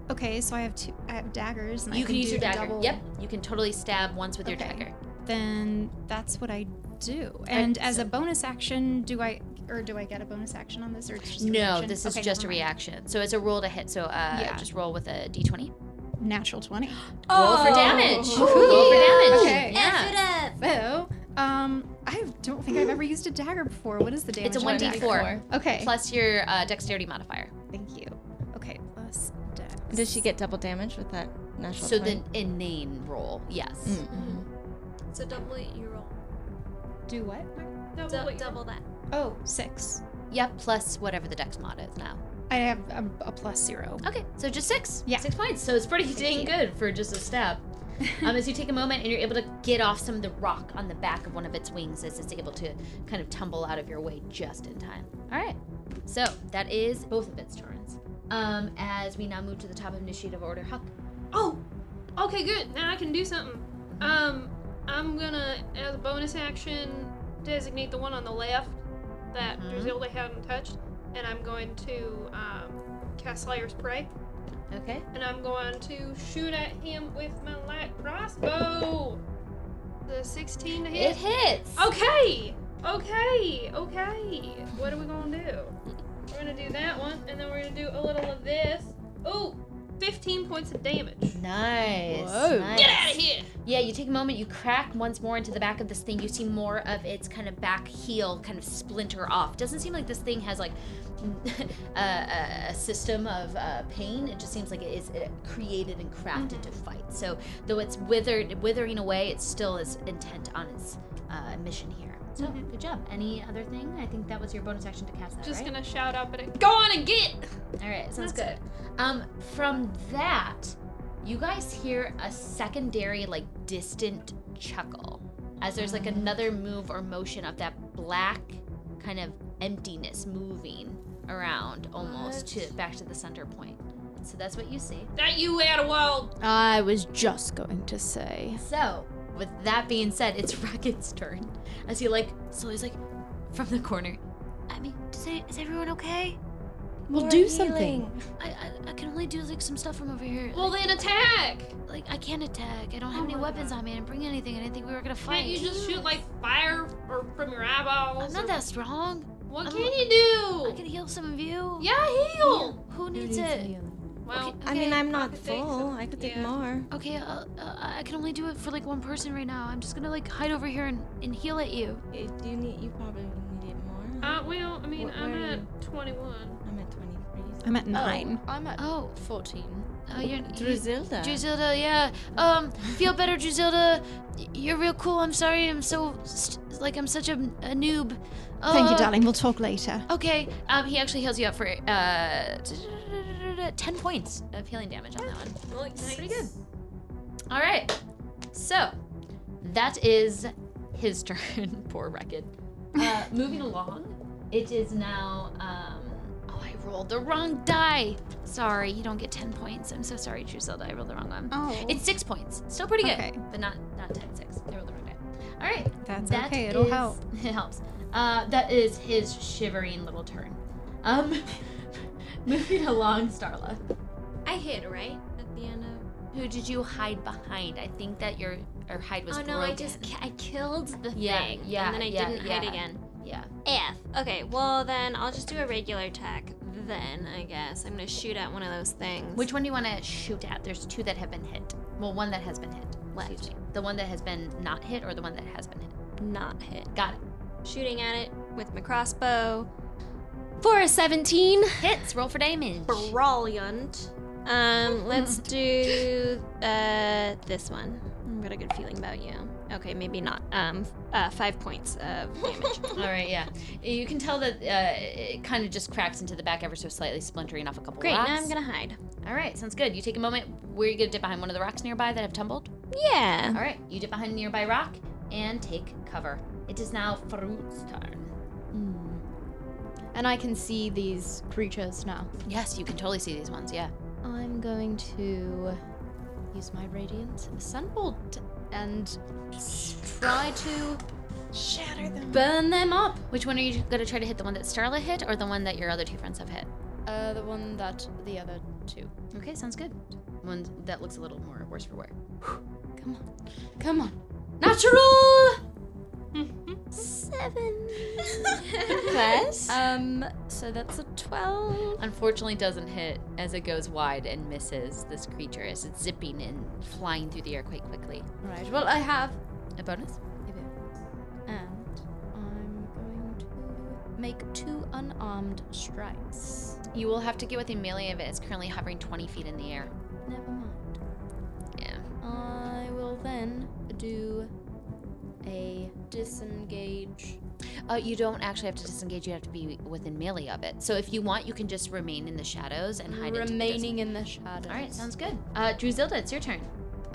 D: Okay, so I have two. I have daggers, and I
B: you can use
D: do
B: your
D: the
B: dagger.
D: Double,
B: Yep, you can totally stab once with your
D: Okay.
B: dagger.
D: Then that's what I do. And as a bonus action, do I or do I get a bonus action on this, or it's just a
B: No,
D: reaction?
B: this is
D: Okay,
B: just a
D: never mind.
B: reaction. So it's a roll to hit. So uh,
D: Yeah.
B: just roll with a d20.
D: Natural twenty.
B: Roll for damage. Roll for damage.
D: Oh. Okay.
B: Yeah.
D: Well, um, I don't think I've ever used a dagger before. What is the damage?
B: It's a
D: on
B: one d
D: dagger?
B: four
D: Okay.
B: plus your uh, dexterity modifier.
D: Thank you. Okay, plus dex.
F: Does she get double damage with that natural?
B: So
F: 20?
B: the inane roll. Yes.
D: Mm.
I: So double it, you roll.
D: do what?
G: Double
I: Du-
G: what you-
I: double that.
D: Oh, six.
B: Yep. Plus whatever the dex mod is now.
D: I have a, a plus zero.
B: Okay, so just six.
D: Yeah.
B: Six points. So it's pretty dang good for just a stab. um, as you take a moment and you're able to get off some of the rock on the back of one of its wings as it's able to kind of tumble out of your way just in time. All right. So that is both of its turns. Um, as we now move to the top of initiative order, Huck.
G: Oh, okay, good. Now I can do something. Um, I'm gonna, as a bonus action, designate the one on the left that
B: Mhm.
G: Drizilda hadn't touched, and I'm going to um, cast Slayer's Prey,
B: Okay.
G: and I'm going to shoot at him with my light crossbow. The 16 to hit.
B: It hits.
G: Okay, okay, okay. What are we gonna do? We're gonna do that one, and then we're gonna do a little of this. Oh, 15 points of damage.
B: Nice. nice.
G: Get out of here!
B: Yeah, you take a moment, you crack once more into the back of this thing. You see more of its kind of back heel kind of splinter off. Doesn't seem like this thing has like a, a, a system of uh, pain. It just seems like it is uh, created and crafted to fight. So though it's withered, withering away, it still is intent on its uh, mission here. So good job. Any other thing? I think that was your bonus action to cast that.
G: Just
B: right?
G: gonna shout up at it. Go on and get!
B: All right, sounds good. Um, from that, you guys hear a secondary, like distant chuckle as there's like another move or motion of that black kind of emptiness moving around almost to back to the center point. So that's what you see.
G: That you out of wild.
E: I was just going to say.
B: So, with that being said, it's Rocket's turn. As he like slowly's like from the corner. I mean, does it, is everyone okay?
H: We'll do something.
B: I, I I can only do like some stuff from over here.
G: Well, then attack!
B: Like I can't attack. I don't have any weapons on me. I didn't bring anything. I didn't think we were gonna fight.
G: Can't you just shoot like fire or from your eyeballs?
B: I'm not
G: or-
B: that strong.
G: What
B: I'm-
G: can you do?
B: I can heal some of you.
G: Yeah, heal.
B: Who needs it?
G: Well,
F: I mean,
B: Okay,
F: I'm not
G: could take
F: full.
G: some-
F: I could take
G: yeah.
F: more.
B: Okay, uh, uh, I can only do it for like one person right now. I'm just gonna like hide over here and, and heal at you.
F: Eh, Do you need? You probably need it more.
G: uh, well, I mean,
F: Wh-
G: I'm
F: where are
G: at
F: you?
G: 21.
F: I'm at 23.
D: I'm at nine.
E: I'm at
B: Oh,
E: 14.
B: oh, you're you-
F: Drusilla.
B: Drusilla, yeah. Um, feel better, Drusilla. Y- You're real cool. I'm sorry. I'm so st- like I'm such a, a noob. Uh,
D: Thank you, darling. We'll talk later.
B: Okay. Um, he actually heals you up for uh, ten points of healing damage on that one.
G: Nice.
B: Pretty good. All right. So that is his turn. Poor Wrecked. Uh, moving along, it is now. Um, oh, I rolled the wrong die. Sorry, you don't get ten points. I'm so sorry, Drusilla. I rolled the wrong one.
D: Oh,
B: It's six points. Still pretty good,
D: Okay.
B: but not not ten six. I rolled the wrong die. All right.
D: that's
B: That
D: okay. It'll
B: is-
D: help.
B: It helps. Uh, that is his shivering little turn. Um, moving along, Starla.
I: I hid, right? At the end of.
B: Who did you hide behind? I think that your or hide was
I: oh no, I
B: broken.
I: just ki- I killed the
B: Yeah,
I: thing,
B: yeah,
I: and then I
B: yeah,
I: didn't hide
B: yeah.
I: again.
B: yeah.
I: F. Okay, well then I'll just do a regular attack. then, I guess. I'm gonna shoot at one of those things.
B: Which one do you want to shoot at? There's two that have been hit. Well, one that has been hit. Excuse me. The one that has been not hit or the one that has been hit?
I: not hit.
B: Got it.
I: Shooting at it with my crossbow. For a 17.
B: Hits, roll for damage.
I: Brilliant. Um, let's do uh this one. I've got a good feeling about you. Okay, maybe not. Um, uh, five points of damage.
B: All right, yeah. You can tell that uh, it kind of just cracks into the back ever so slightly, splintering off a couple
I: Great.
B: rocks.
I: Now I'm gonna hide.
B: All right, sounds good. You take a moment. Where are you gonna dip behind one of the rocks nearby that have tumbled?
I: Yeah.
B: All right, you dip behind a nearby rock and take cover. It is now Farouk's turn.
H: And I can see these creatures now.
B: Yes, you can totally see these ones. Yeah.
H: I'm going to use my radiant sunbolt and try to
F: Shatter them.
H: burn them up.
B: Which one are you gonna try to hit? The one that Starla hit, or the one that your other two friends have hit?
H: Uh, the one that the other two.
B: Okay, sounds good. One that looks a little more worse for wear.
H: Come on, come on.
B: Natural.
E: Plus?
H: Um, so that's a twelve.
B: Unfortunately, doesn't hit as it goes wide and misses this creature as it's zipping and flying through the air quite quickly.
H: Right. Well, I have
B: A bonus.
H: And I'm going to make two unarmed strikes.
B: You will have to get with Amelia if it is currently hovering 20 feet in the air.
H: Never mind.
B: Yeah.
H: I will then do a disengage.
B: Uh, you don't actually have to disengage. You have to be within melee of it. So if you want, you can just remain in the shadows and hide.
H: remaining in the shadows.
B: All right, sounds good. Uh, Druzilda, it's your turn.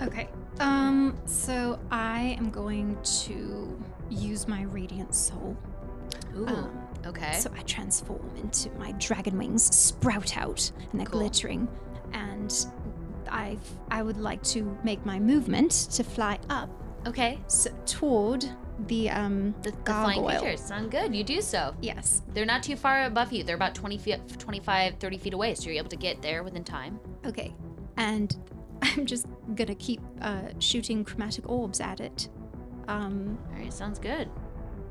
D: Okay. Um. So I am going to use my radiant soul.
B: Ooh.
D: Um,
B: okay.
D: So I transform into my dragon wings sprout out and they're glittering. And I I would like to make my movement to fly up
B: okay.
D: s toward the um
B: The, the flying
D: gargoyle.
B: creatures sound good. You do so.
D: Yes.
B: They're not too far above you. They're about 20 feet, 25, 30 feet away. So you're able to get there within time.
D: Okay. And I'm just gonna keep uh, shooting chromatic orbs at it. Um,
B: All right, sounds good.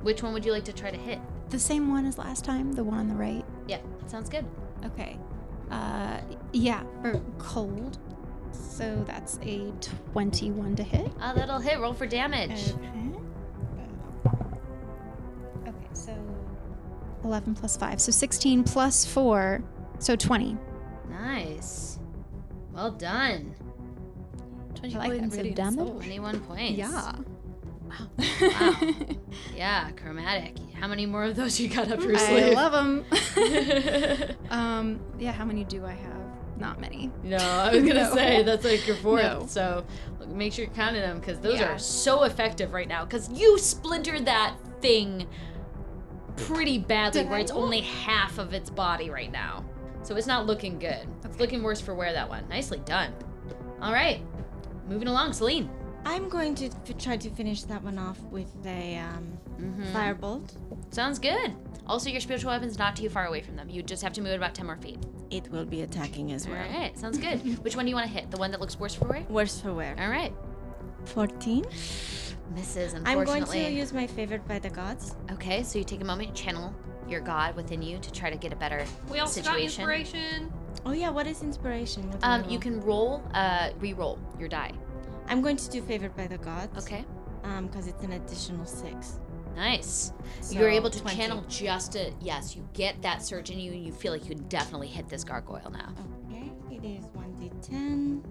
B: Which one would you like to try to hit?
D: the same one as last time, the one on the right.
B: Yeah, that sounds good.
D: Okay. Uh, yeah, for cold. So that's a 21 to hit.
B: Ah, that'll hit. Roll for damage.
D: Uh, Okay, so 11 plus 5. So 16 plus 4. So 20.
B: Nice. Well done.
D: I like that really.
H: damage.
B: 21 points.
D: oh, Yeah.
B: Wow. yeah, chromatic. How many more of those you got up your
D: I
B: sleeve?
D: love them. um, yeah, how many do I have? Not many.
B: no, I was gonna
D: No.
B: say that's like your fourth.
D: No.
B: So look, make sure you're counting them because those
D: Yeah.
B: are so effective right now. Because you splintered that thing pretty badly, where it's only half of its body right now. So it's not looking good. It's looking worse for wear. That one. Nicely done. All right, moving along, Celine.
F: I'm going to f- try to finish that one off with a um, firebolt.
B: Sounds good. Also, your spiritual weapon's not too far away from them. You just have to move it about 10 more feet.
F: It will be attacking as
B: All
F: well.
B: right, sounds good. Which one do you want to hit? The one that looks worse for wear?
F: Worse for wear.
B: All right.
F: 14.
B: Misses, unfortunately.
F: I'm going to use my favorite by the gods.
B: Okay, so you take a moment, channel your god within you to try to get a better
G: We also got
B: situation.
G: inspiration.
F: Oh, yeah, what is inspiration? What do I
B: um, you
F: roll?
B: can roll, uh, re-roll your die.
F: I'm going to do favorite by the gods.
B: Okay.
F: Um, because it's an additional six.
B: Nice. You're
F: So,
B: able to
F: 20.
B: channel just a yes. You get that surge in you, and you feel like you can definitely hit this gargoyle now.
F: Okay, it is 1d10.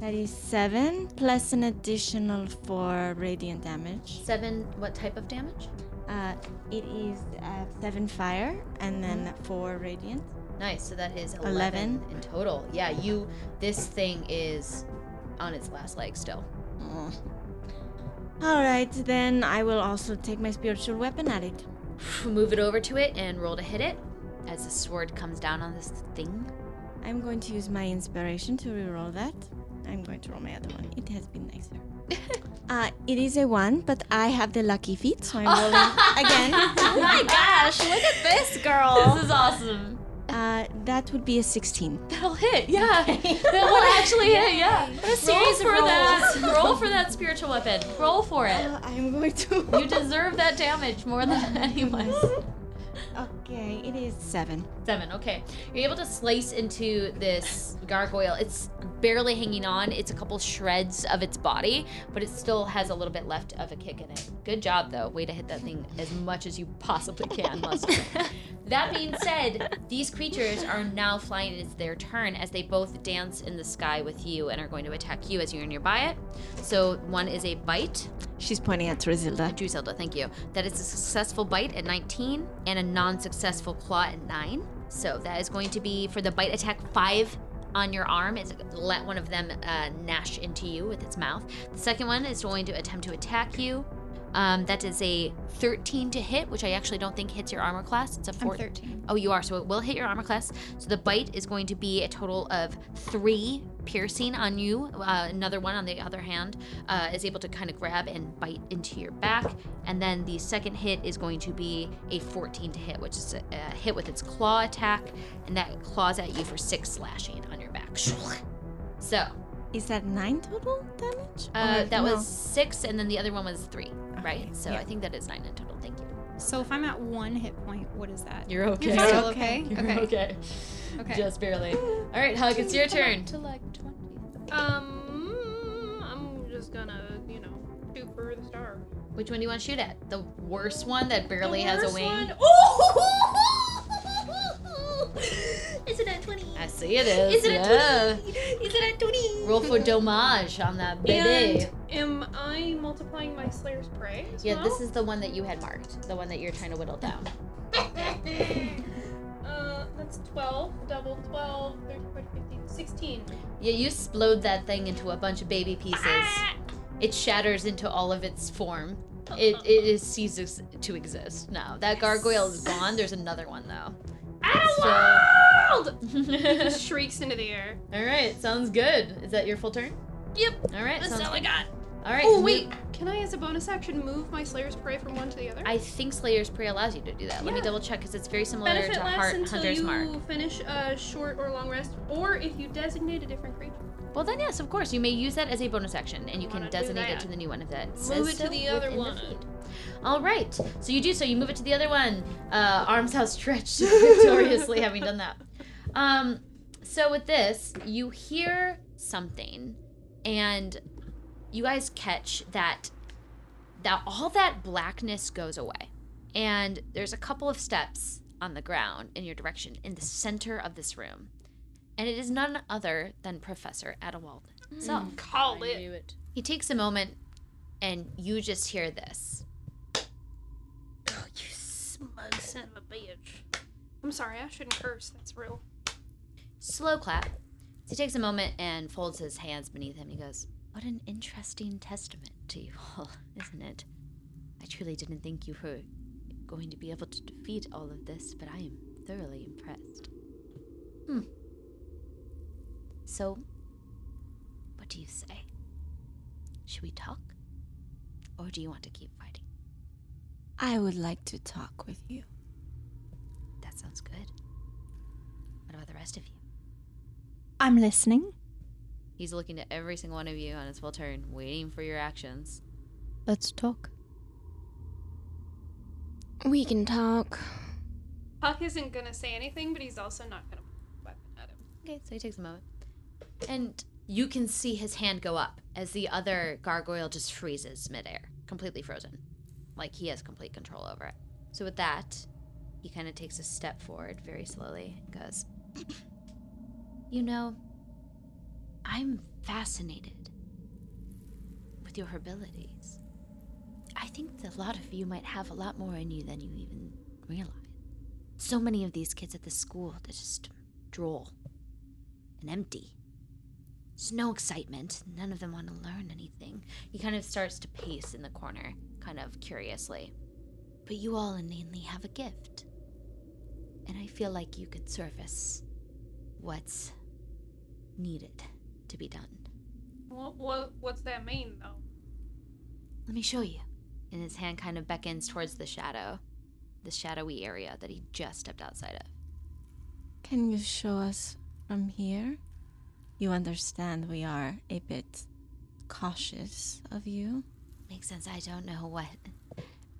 F: That is seven plus an additional four radiant damage.
B: Seven. What type of damage?
F: Uh, it is uh, seven fire and then four radiant.
B: Nice. So that is 11,
F: 11.
B: in total. Yeah, you this thing is on its last leg still.
F: Oh. All right, then I will also take my spiritual weapon at it.
B: Move it over to it and roll to hit it as the sword comes down on this thing.
F: I'm going to use my inspiration to reroll that. I'm going to roll my other one. It has been nicer. uh, it is a one, but I have the lucky feet, so I'm rolling again.
I: Oh my gosh! Look at this girl.
B: This is awesome.
F: Uh, that would be a 16.
B: That'll hit. Yeah. that will actually hit. Yeah. What a
I: series of
B: roll for that. roll for that spiritual weapon. Roll for it.
F: I'm going to.
B: You deserve that damage more than anyone.
F: Okay, it is seven.
B: Seven, okay. You're able to slice into this gargoyle. It's barely hanging on. It's a couple shreds of its body, but it still has a little bit left of a kick in it. Good job, though. Way to hit that thing as much as you possibly can, Lester. that being said, these creatures are now flying. It's their turn as they both dance in the sky with you and are going to attack you as you're nearby it. So one is a bite.
F: She's pointing at Trizilda.
B: Druselda, thank you. That is a successful bite at 19 and a non successful claw at 9. So that is going to be for the bite attack 5 on your arm. It's let one of them uh, gnash into you with its mouth. The second one is going to attempt to attack you. Um, that is a 13 to hit, which I actually don't think hits your armor class. It's a
D: I'm
B: 14.
D: 13.
B: Oh, you are. So it will hit your armor class. So the bite is going to be a total of three piercing on you. Uh, another one, on the other hand, uh, is able to kind of grab and bite into your back. And then the second hit is going to be a 14 to hit, which is a, a hit with its claw attack. And that claws at you for six slashing on your back. So
F: Is that nine total damage?
B: uh,
F: Or
B: that
F: no?
B: was six, and then the other one was three, right? So
D: yeah.
B: I think that is nine in total. Thank you.
D: So if I'm at one hit point, what is that?
B: You're okay.
D: You're still okay. okay.
B: okay.
D: Okay.
B: Just barely. All right, Hug, it's your turn.
E: to like 20.
G: Um, I'm just gonna, you know, shoot for the star.
B: Which one do you want to shoot at? The worst one that barely
G: The
B: has a
G: worst
B: wing?
G: one-
A: Oh! Is it at 20?
B: I see it is.
A: Is it at
B: yeah.
A: 20? Is it at 20?
B: Roll for damage on that baby.
G: And am I multiplying my Slayer's prey? As
B: yeah,
G: well?
B: this is the one that you had marked. The one that you're trying to whittle
A: Oh.
B: down.
G: Uh, that's 12, double 12, 13, 14, 15, 16.
B: Yeah, you splode that thing into a bunch of baby pieces.
A: Ah!
B: It shatters into all of its form. It it is ceases to exist. No, that gargoyle is gone. There's another one though.
G: Out of
B: So-
G: world! Shrieks into the air.
B: All right, sounds good. Is that your full turn?
G: Yep.
B: All right,
G: That's
B: sounds
G: all I
B: good.
G: got.
B: All right.
G: Oh,
B: move-
G: wait. Can I, as a bonus action, move my Slayer's prey from one to the other?
B: I think Slayer's Prey allows you to do that. Let me
G: Yeah.
B: double check because it's very similar
G: Benefit
B: to
G: lasts
B: Heart,
G: until
B: Hunter's
G: you
B: Mark.
G: finish a short or long rest, or if you designate a different creature.
B: Well, then, yes, of course. You may use that as a bonus action, and you
G: Wanna
B: can
G: do
B: designate it
G: that.
B: to the new one if that says
G: Move it to
B: so
G: the other
B: within
G: one.
B: feed. All right. So you do so. You move it to the other one. Uh, arms outstretched victoriously, having done that. Um, so with this, you hear something, and you guys catch that that all that blackness goes away, and there's a couple of steps on the ground in your direction in the center of this room, and it is none other than Professor Adewald himself.
G: Mm. Call it.
B: He takes a moment, and you just hear this.
G: Smug son of a bitch. I'm sorry, I shouldn't curse. That's real.
B: Slow clap. He takes a moment and folds his hands beneath him. He goes, What an interesting testament to you all, isn't it? I truly didn't think you were going to be able to defeat all of this, but I am thoroughly impressed. Hmm. So, what do you say? Should we talk? Or do you want to keep fighting?
F: I would like to talk with you.
B: That sounds good. What about the rest of you?
D: I'm listening.
B: He's looking at every single one of you on his full turn, waiting for your actions.
H: Let's talk.
I: We can talk.
G: Puck isn't gonna say anything, but he's also not gonna point a weapon at him.
B: Okay, so he takes a moment. And you can see his hand go up as the other gargoyle just freezes midair, completely frozen. Like he has complete control over it. So with that, he kind of takes a step forward very slowly and goes, You know, I'm fascinated with your abilities. I think that a lot of you might have a lot more in you than you even realize. So many of these kids at the school, they just droll and empty. There's no excitement. None of them want to learn anything. He kind of starts to pace in the corner, kind of curiously. But you all innately have a gift. And I feel like you could service what's needed to be done.
G: What, what, what's that mean, though?
B: Let me show you. And his hand kind of beckons towards the shadow, the shadowy area that he just stepped outside of.
F: Can you show us from here? You understand we are a bit cautious of you.
B: Makes sense. I don't know what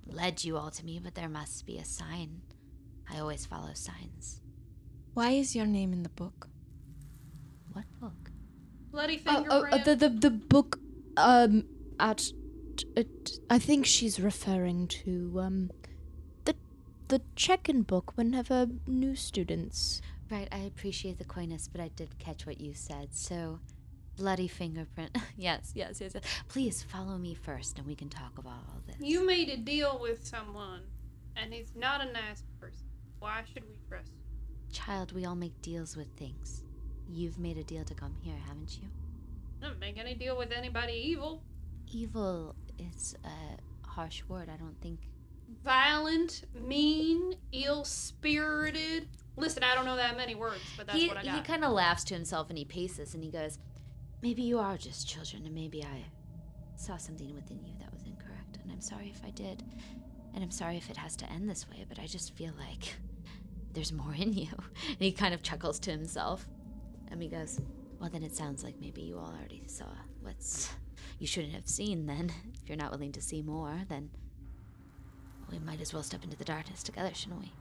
B: led you all to me, but there must be a sign. I always follow signs.
F: Why is your name in the book?
B: What book?
G: Bloody
H: Oh,
G: fingerprint.
H: oh, uh, the, the the book um at uh, I think she's referring to um the the check-in book whenever new students.
B: Right, I appreciate the coyness, but I did catch what you said. So, bloody fingerprint. yes, yes, yes, yes. Please follow me first, and we can talk about all this.
G: You made a deal with someone, and he's not a nice person. Why should we trust you?
B: Child, we all make deals with things. You've made a deal to come here, haven't you?
G: I don't make any deal with anybody evil.
B: Evil is a harsh word. I don't think.
G: Violent, mean, ill spirited. Listen, I don't know that many words, but that's
B: he
G: what I
B: he
G: got.
B: kind of laughs to himself and he paces and he goes, Maybe you are just children, and maybe I saw something within you that was incorrect, and I'm sorry if I did. And I'm sorry if it has to end this way, but I just feel like there's more in you. And he kind of chuckles to himself and he goes, Well, then it sounds like maybe you all already saw what's. You shouldn't have seen then. If you're not willing to see more, then we might as well step into the darkness together, shouldn't we?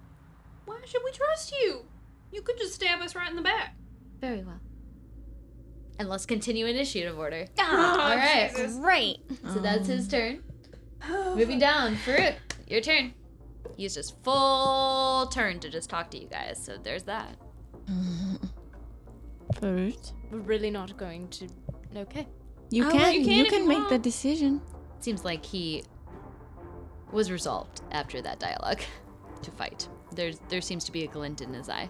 G: Why should we trust you? You could just stab us right in the back.
B: Very well. And let's continue initiative order.
I: Ah,
B: All right.
I: Great.
B: So that's his turn. Moving down, Farouk, your turn. He's just full turn to just talk to you guys. So there's that.
F: First,
E: We're really not going to. Okay.
F: you
G: Oh,
F: can
G: you
F: you
G: can
F: can,
G: if you
F: make the
G: want.
F: decision.
B: Seems like he was resolved after that dialogue to fight. There's there seems to be a glint in his eye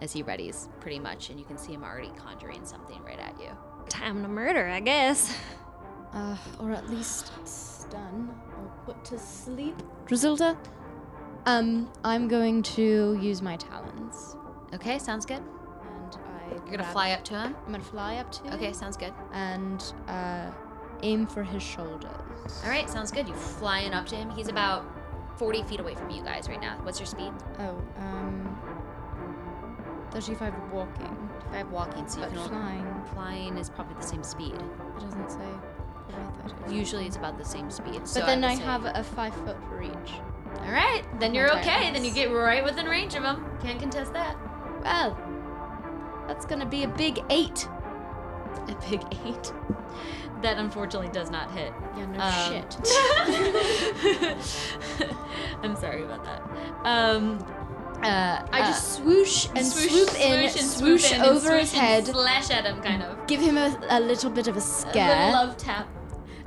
B: as he readies pretty much, and you can see him already conjuring something right at you.
I: Time to murder, I guess.
E: Uh, or at least stun or put to sleep. Drizzilda, um, I'm going to use my talons,
B: Okay, sounds good.
E: and I.
B: You're gonna fly up to him.
E: I'm gonna fly up to. him
B: Okay, sounds good.
E: And uh, aim for his shoulders.
B: All right, sounds good. You're flying up to him. He's about 40 feet away from you guys right now. What's your speed?
E: Oh, um, thirty-five walking,
B: Five walking, so you
E: but
B: can only-
E: flying.
B: flying is probably the same speed.
E: It doesn't say. what I thought it was.
B: Usually it's about the same speed.
E: But then I have a five-foot reach.
B: All right, then you're
E: Okay.
B: okay. Then you get right within range of him. Can't contest that.
E: Well, that's gonna be a big eight.
B: A big eight. That unfortunately does not hit.
E: Yeah, no
B: Um,
E: shit.
B: I'm sorry about that. Um, uh,
E: I just swoosh and swoop in,
B: swoosh and swoop
E: swoosh,
B: in and
E: over his
B: swoosh and
E: head,
B: slash at him, kind of.
E: give him a, a little bit of a
B: A
E: scare.
B: little love tap.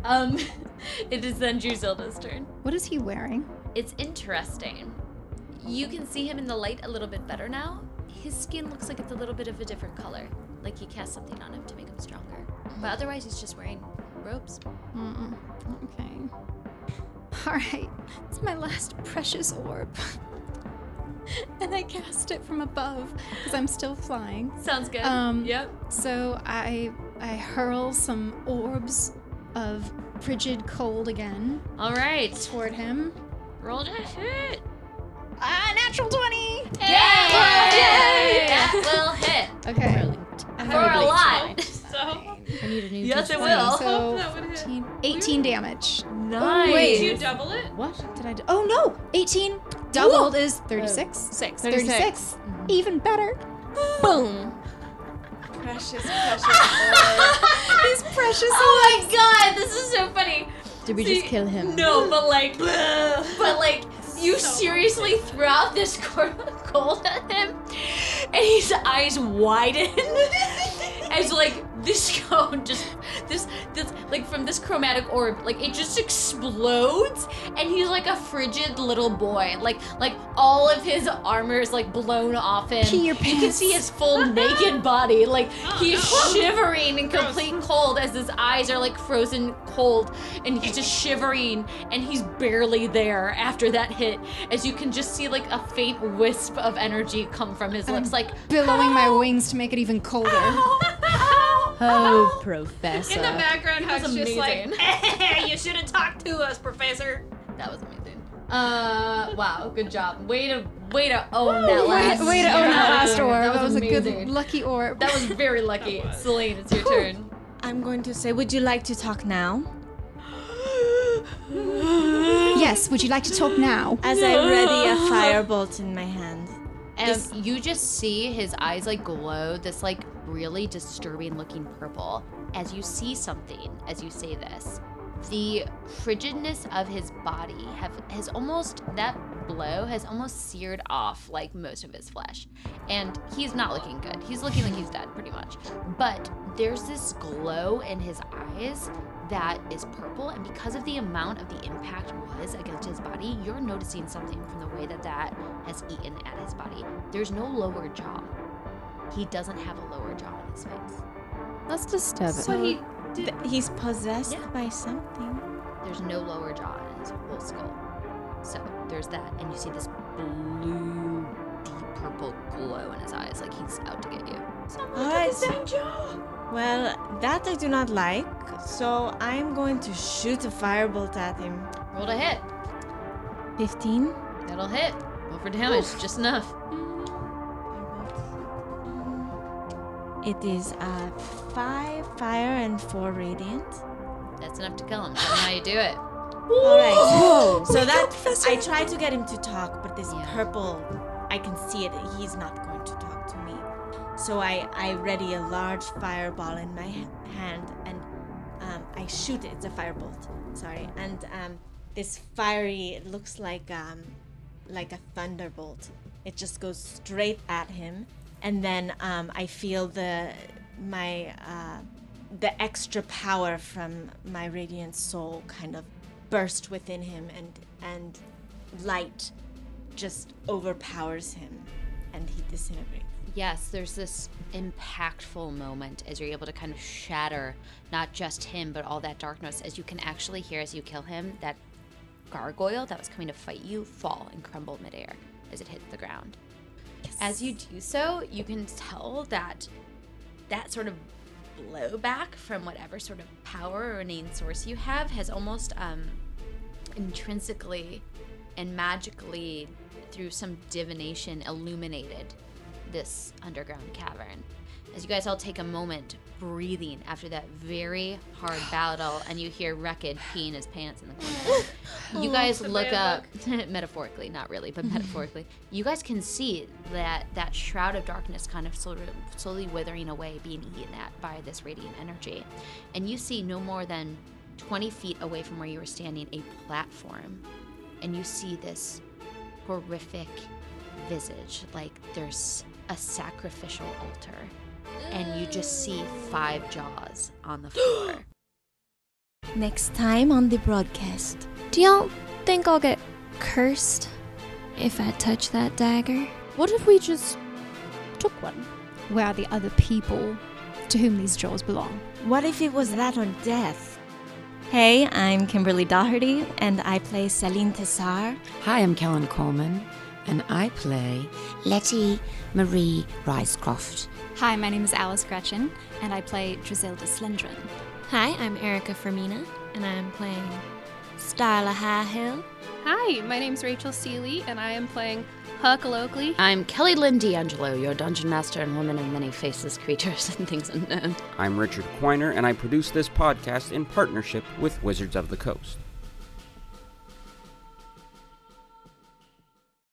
B: Um, it is then Drusilda's turn.
D: What is he wearing?
B: It's interesting. You can see him in the light a little bit better now. His skin looks like it's a little bit of a different color, like he cast something on him to make him stronger. But otherwise, he's just wearing robes.
D: Mm-mm. Okay. All right. It's my last precious orb. and I cast it from above because I'm still flying.
B: Sounds good.
D: Um,
B: yep.
D: So I I hurl some orbs of frigid cold again
B: All right.
D: toward him.
B: Roll to hit.
D: Ah, natural 20.
B: Yay!
D: Yay!
B: That will hit
D: Okay.
B: for a lot.
G: So,
E: I need a new
B: yes, it
E: dice.
B: will.
D: So
G: that would hit.
D: 18, 18 damage.
B: Nice.
G: Did you double it?
E: What?
D: Did I? Do- oh no! 18 doubled is 36.
I: Six.
D: 36. Even better.
I: Boom.
J: Precious, precious.
D: These precious
B: Oh my god, this is so funny.
E: Did we
B: See,
E: just kill him?
B: No, but like, but like, you seriously threw out this cord of gold at him, and his eyes widen as like this cone just this this like from this chromatic orb like it just explodes, and he's like a frigid little boy. Like like all of his armor is like blown off him.
D: Pee your
B: You can see
D: pants.
B: his full naked body. Like
E: Oh,
B: he's
G: no.
B: shivering in
G: Gross.
B: complete cold as his eyes are like frozen cold and he's just shivering and he's barely there after that hit as you can just see like a faint wisp of energy come from his lips like
D: Billowing my wings to make it even colder.
E: Oh,
G: In
E: Professor.
G: the background,
B: was
G: Huck's just like, you should have talked to us, Professor.
B: that was amazing uh wow good job way to way to own that last
D: Way, way to
E: oh,
D: own that last
B: Yeah.
D: orb.
B: that was,
D: a good
B: amazing.
D: lucky orb.
B: that was very lucky Celine it's your turn
F: I'm going to say, would you like to talk now?
D: Yes, would you like to talk now?
F: As I ready a firebolt in my hand.
B: And you just see his eyes like glow this like really disturbing looking purple as you see something as you say this. The frigidness of his body have has almost that blow has almost seared off like most of his flesh. And he's not looking good. He's looking like he's dead pretty much. But there's this glow in his eyes that is purple and because of the amount of the impact was against his body you're noticing something from the way that that has eaten at his body there's no lower jaw he doesn't have a lower jaw in his face
H: That's
E: uh,
H: disturbing.
G: But he
F: Th-
G: did.
F: he's possessed by something.
B: there's no lower jaw in his whole skull so there's that and you see this blue deep purple glow in his eyes like he's out to get you
F: Alright. Well, that I do not like, so I'm going to shoot a firebolt at him.
B: roll to hit
F: 15?
B: that'll hit roll for damage just enough
F: It is uh, 5 fire and 4 radiant.
B: that's enough to kill him tell me how you do it
F: Alright. So that I try to get him to talk, but this
B: Yeah.
F: purple, I can see it. He's not going to talk to me. So I, I ready a large fireball in my h- hand and um, I shoot it. It's a firebolt. Sorry. And um, this fiery, it looks like um, like a thunderbolt. It just goes straight at him, and then um, I feel the my uh, the extra power from my radiant soul kind of burst within him, and and light just overpowers him, and he disintegrates.
B: Yes, there's this impactful moment as you're able to kind of shatter not just him, but all that darkness, as you can actually hear as you kill him that gargoyle that was coming to fight you fall and crumble midair as it hits the ground. As you do so, you can tell that that sort of blowback from whatever sort of power or inane source you have has almost um, intrinsically and magically, through some divination, illuminated this underground cavern. As you guys all take a moment breathing after that very hard battle, and you hear Wrecked peeing his pants in the corner. You guys look up, metaphorically, not really, but metaphorically. You guys can see that that shroud of darkness kind of sort of slowly withering away, being eaten at by this radiant energy. And you see no more than 20 feet away from where you were standing a platform. And you see this horrific visage like there's a sacrificial altar and you just see five jaws on the floor
F: Next time on the broadcast.
I: Do y'all think I'll get cursed if I touch that dagger?
E: What if we just took one?
D: Where are the other people to whom these jaws belong?
F: What if it was that or death? Hey, I'm Kimberly Doherty, and I play Celine Tessar.
K: Hi, I'm Kellen Coleman, and I play Letty Marie Risecroft.
L: Hi, my name is Alice Gretchen, and I play Drizilda Slendron.
I: Hi, I'm Erica Fermina, and I'm playing Starla High Hill.
G: Hi, my name's Rachel Seeley, and I am playing Huckle Oakley.
K: I'm Kelly Lynn D'Angelo, your dungeon master and woman of many faces, creatures, and things unknown.
M: I'm Richard Quiner, and I produce this podcast in partnership with Wizards of the Coast.